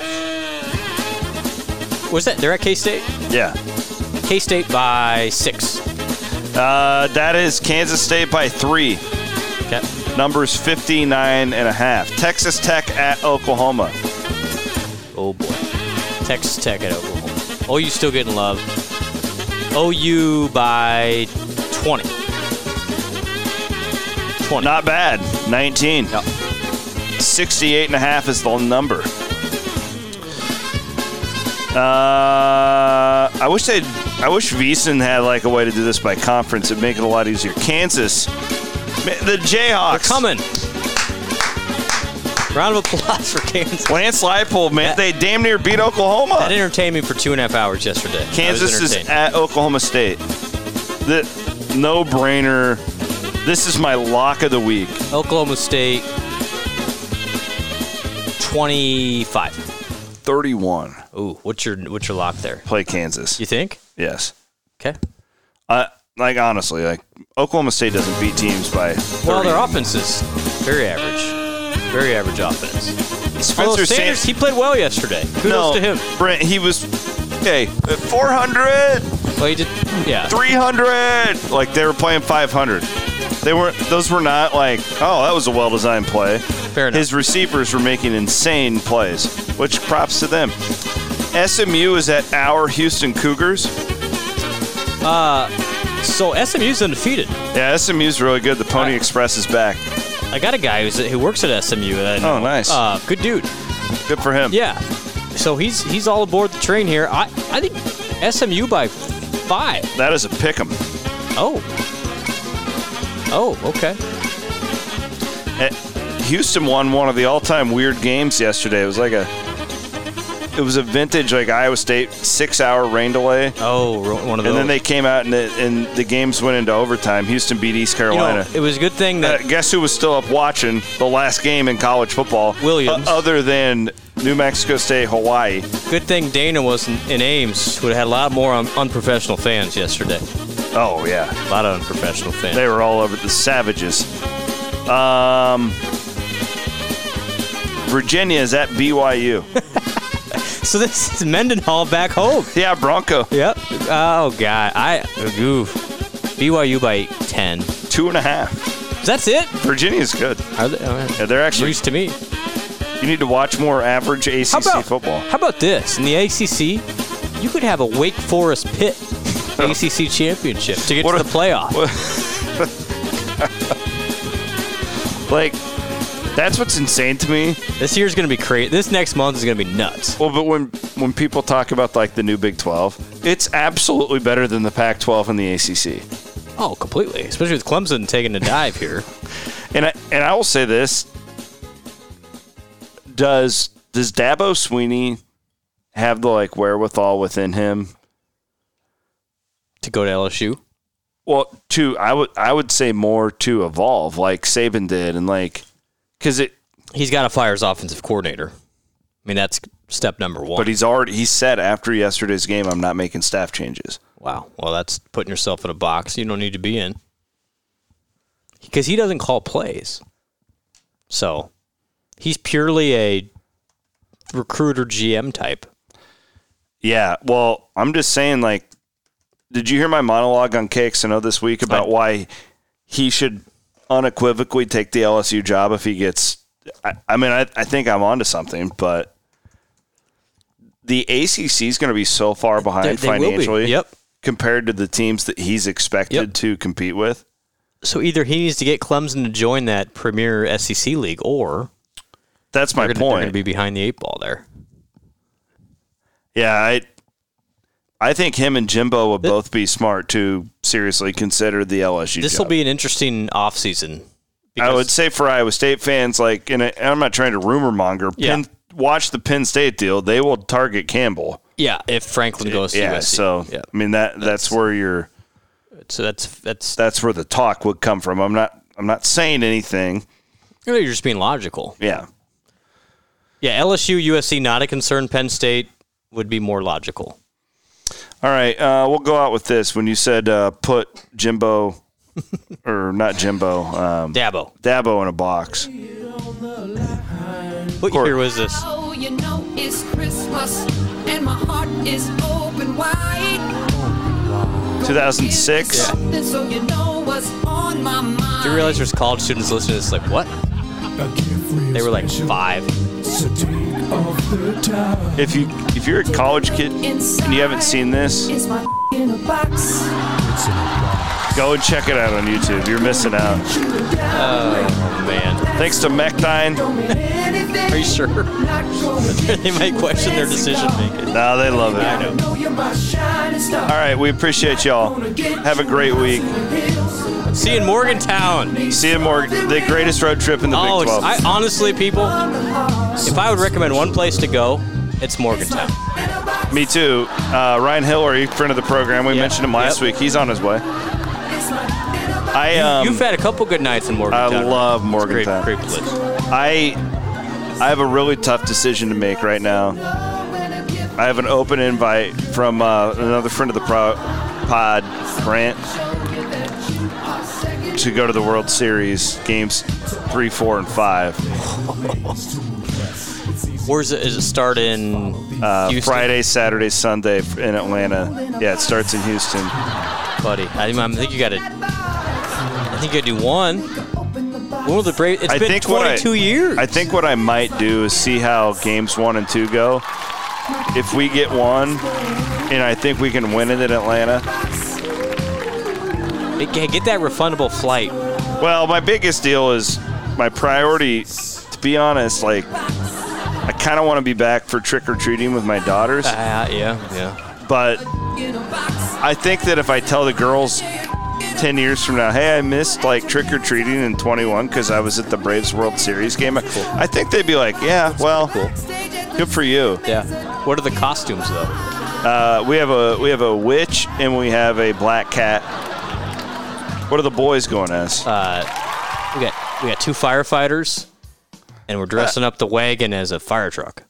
S4: what's that? They're at K State.
S1: Yeah.
S4: K State by six.
S1: Uh, that is Kansas State by three.
S4: Okay.
S1: Numbers 59 and a half. Texas Tech at Oklahoma.
S4: Oh boy. Texas Tech at Oklahoma. Oh, you still getting love. OU by 20. 20.
S1: Not bad. 19. 68 and a half is the number. Uh, I wish they, I wish Veasan had like a way to do this by conference. It'd make it a lot easier. Kansas, Ma- the
S4: They're
S1: Jayhawks,
S4: coming. Round of applause for Kansas.
S1: Lance Leipold, man, they damn near beat Oklahoma.
S4: That entertained me for two and a half hours yesterday. I was
S1: Kansas is
S4: entertained.
S1: at Oklahoma State. The no brainer. This is my lock of the week.
S4: Oklahoma State 25.
S1: 31.
S4: Ooh, what's your what's your lock there?
S1: Play Kansas.
S4: You think?
S1: Yes.
S4: Okay.
S1: Uh, like honestly, like Oklahoma State doesn't beat teams by. 30.
S4: Well, their offense is very average. Very average offense. Although
S1: Spencer
S4: Sanders, he played well yesterday. Kudos
S1: no,
S4: to him.
S1: Brent, he was okay. uh, 400,
S4: Well, he did. Yeah.
S1: 300. Like they were playing 500. They weren't. Those were not like. Oh, that was a well-designed play.
S4: Fair enough.
S1: His receivers were making insane plays, which props to them. SMU is at our Houston Cougars.
S4: So SMU's undefeated.
S1: Yeah, SMU's really good. The
S4: Uh,
S1: Pony Express is back.
S4: I got a guy who's, who works at SMU. that I know.
S1: Oh, nice.
S4: Uh, good dude.
S1: Good for him.
S4: Yeah. So he's he's all aboard the train here. I I think SMU by five.
S1: That is a pick 'em.
S4: Oh. Oh, okay.
S1: Eh, Houston won one of the all-time weird games yesterday. It was like a, it was a vintage like Iowa State six-hour rain delay,
S4: Oh, ro- one of those.
S1: and then they came out and the, and the games went into overtime. Houston beat East
S4: You know,
S1: Carolina.
S4: it was a good thing that
S1: Uh, guess who was still up watching the last game in college football?
S4: Williams.
S1: o- other than New Mexico State, Hawaii.
S4: good thing Dana wasn't in Ames. Would have had a lot more un- unprofessional fans yesterday.
S1: Oh yeah,
S4: A lot of unprofessional fans.
S1: they were all over the savages. Um, Virginia is at BYU.
S4: So this is Mendenhall back home.
S1: yeah, Bronco
S4: Yep. Oh God. I oof. BYU by ten.
S1: two and a half.
S4: That's it.
S1: Virginia's good.
S4: Are they, all right.
S1: Yeah, they're actually
S4: News to me.
S1: You need to watch more average ACC
S4: How about
S1: football.
S4: How about this? In the ACC, you could have a Wake Forest Pitt ACC championship to get
S1: What
S4: to
S1: a-
S4: the playoff.
S1: Like, that's what's insane to me.
S4: This year's going to be crazy. This next month is going to be nuts.
S1: Well, but when when people talk about like the new Big Twelve, it's absolutely better than the Pac-12 and the ACC.
S4: Oh, completely. Especially with Clemson taking a dive here.
S1: And I and I will say this: does does Dabo Sweeney have the like wherewithal within him?
S4: to go to LSU.
S1: Well, to I would I would say more to evolve like Saban did, and like because it.
S4: He's got to fire his offensive coordinator. I mean, that's step number one.
S1: But he's already he said after yesterday's game, I'm not making staff changes.
S4: Wow. Well, that's putting yourself in a box you don't need to be in. Because he doesn't call plays. So he's purely a recruiter GM type.
S1: Yeah. Well, I'm just saying, like, did you hear my monologue on KXNO this week about why he should unequivocally take the LSU job if he gets? I, I mean, I, I think I'm onto something, but the ACC is going to be so far behind
S4: they will be.
S1: financially.
S4: Yep.
S1: Compared to the teams that he's expected
S4: Yep.
S1: to compete with,
S4: So either he needs to get Clemson to join that premier SEC league or
S1: that's my
S4: they're gonna- they're
S1: point.
S4: going to be behind the eight ball there.
S1: yeah, I, I think him and Jimbo will both be smart to seriously consider the LSU.
S4: This will
S1: job.
S4: be an interesting offseason.
S1: I would say for Iowa State fans, like, and I- and I'm not trying to rumor monger,
S4: Yeah.
S1: pin, watch the Penn State deal, they will target Campbell.
S4: Yeah, if Franklin goes to
S1: yeah,
S4: USC.
S1: so
S4: Yeah.
S1: I mean that that's, where your
S4: so that's that's
S1: that's where the talk would come from. I'm not I'm not saying anything.
S4: You know, you're just being logical.
S1: Yeah.
S4: Yeah, LSU, USC, not a concern. Penn State would be more logical.
S1: All right, uh, we'll go out with this. When you said uh, put Jimbo or not Jimbo, um,
S4: Dabo,
S1: Dabo in a box.
S4: What
S1: Cor-
S4: year was this?
S9: Oh, you know it's Christmas and my heart is open wide.
S1: 2006.
S9: Something so you know what's on my mind.
S4: Do you realize there's college students listening to this? Like, what? They were like five.
S1: If you if you're a college kid and you haven't seen this,
S9: It's my in a box.
S1: go and check it out on YouTube. You're missing out.
S4: Oh man!
S1: Thanks to MechDine.
S4: Are you sure? they might question their decision making.
S1: No, they love it.
S4: I know.
S9: Know you're my shining star.
S1: All right, we appreciate y'all. Have a great week.
S4: See you in Morgantown.
S1: See you more. The greatest road trip in the
S4: oh,
S1: Big
S4: it's,
S1: 12.
S4: I, honestly, people, if I would recommend one place to go, it's Morgantown.
S1: Me too. Uh, Ryan Hillary, friend of the program. We mentioned him last week. He's on his way. I um,
S4: You've had a couple good nights in
S1: I
S4: Morgantown.
S1: love
S4: It's a great-
S1: Morgantown.
S4: Great, place.
S1: I I have a really tough decision to make right now. I have an open invite from uh, another friend of the pro- pod, Brant, to go to the World Series games three, four, and five.
S4: Where's it? Is it start in
S1: Uh,
S4: Houston?
S1: Friday, Saturday, Sunday in Atlanta. Yeah, it starts in Houston.
S4: buddy? I, I think you got to. I think you got to do one. One of the brave. It's
S1: I
S4: been
S1: think what I-
S4: 22 years.
S1: I think what I might do is see how games one and two go. If we get one, and I think we can win it in Atlanta.
S4: Hey, Get get that refundable flight.
S1: Uh, Well, my biggest deal is my priority, to be honest, like, I kind of want to be back for trick or treating with my daughters,
S4: Ah, yeah, yeah.
S1: but I think that if I tell the girls 10 years from now, hey, I missed like trick or treating in 21 because I was at the Braves World Series game, I- I think they'd be like, yeah, well, good for you.
S4: Yeah. What are the costumes though?
S1: Uh, we have a we have a witch and we have a black cat. What are the boys going as?
S4: We got we got two firefighters, and we're
S1: Uh,
S4: dressing up the wagon as a fire truck.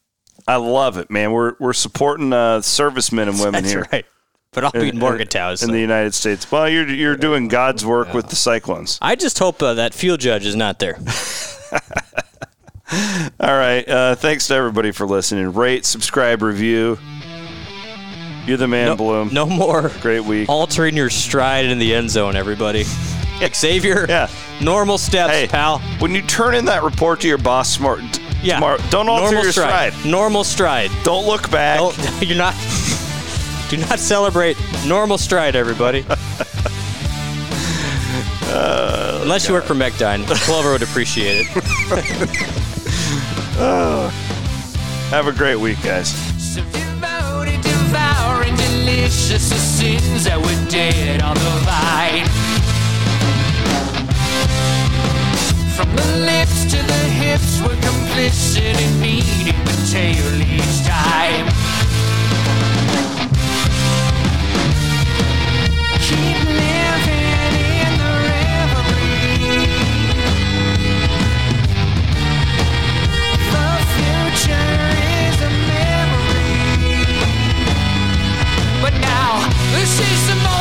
S1: I love it, man. We're we're supporting uh, servicemen and women
S4: That's
S1: here.
S4: right. But I'll be in
S1: in-
S4: Morgantown.
S1: in
S4: so-
S1: the United States. Well, you're you're doing God's work with the Cyclones.
S4: I just hope uh, that field judge is not there.
S1: All right. Uh, thanks to everybody for listening. Rate, subscribe, review. You're the man, Bloom.
S4: no more
S1: Great week.
S4: altering your stride in the end zone, everybody. Xavier,
S1: Yeah.
S4: normal steps,
S1: Hey,
S4: pal.
S1: When you turn in that report to your boss, smart.
S4: Yeah,
S1: Tomorrow, don't alter
S4: normal
S1: your stride.
S4: Normal stride.
S1: Don't look back.
S4: Don't, you're not. Do not celebrate normal stride, everybody. Unless you work for McDine, Clover would appreciate it.
S1: Have a great week, guys.
S5: Devoted, devouring, delicious the sins that were dead on the vine. From the lips to the hips, we're complicit in meeting the tail each time. Keep living in the reverie. The future is a memory. But now, this is the moment.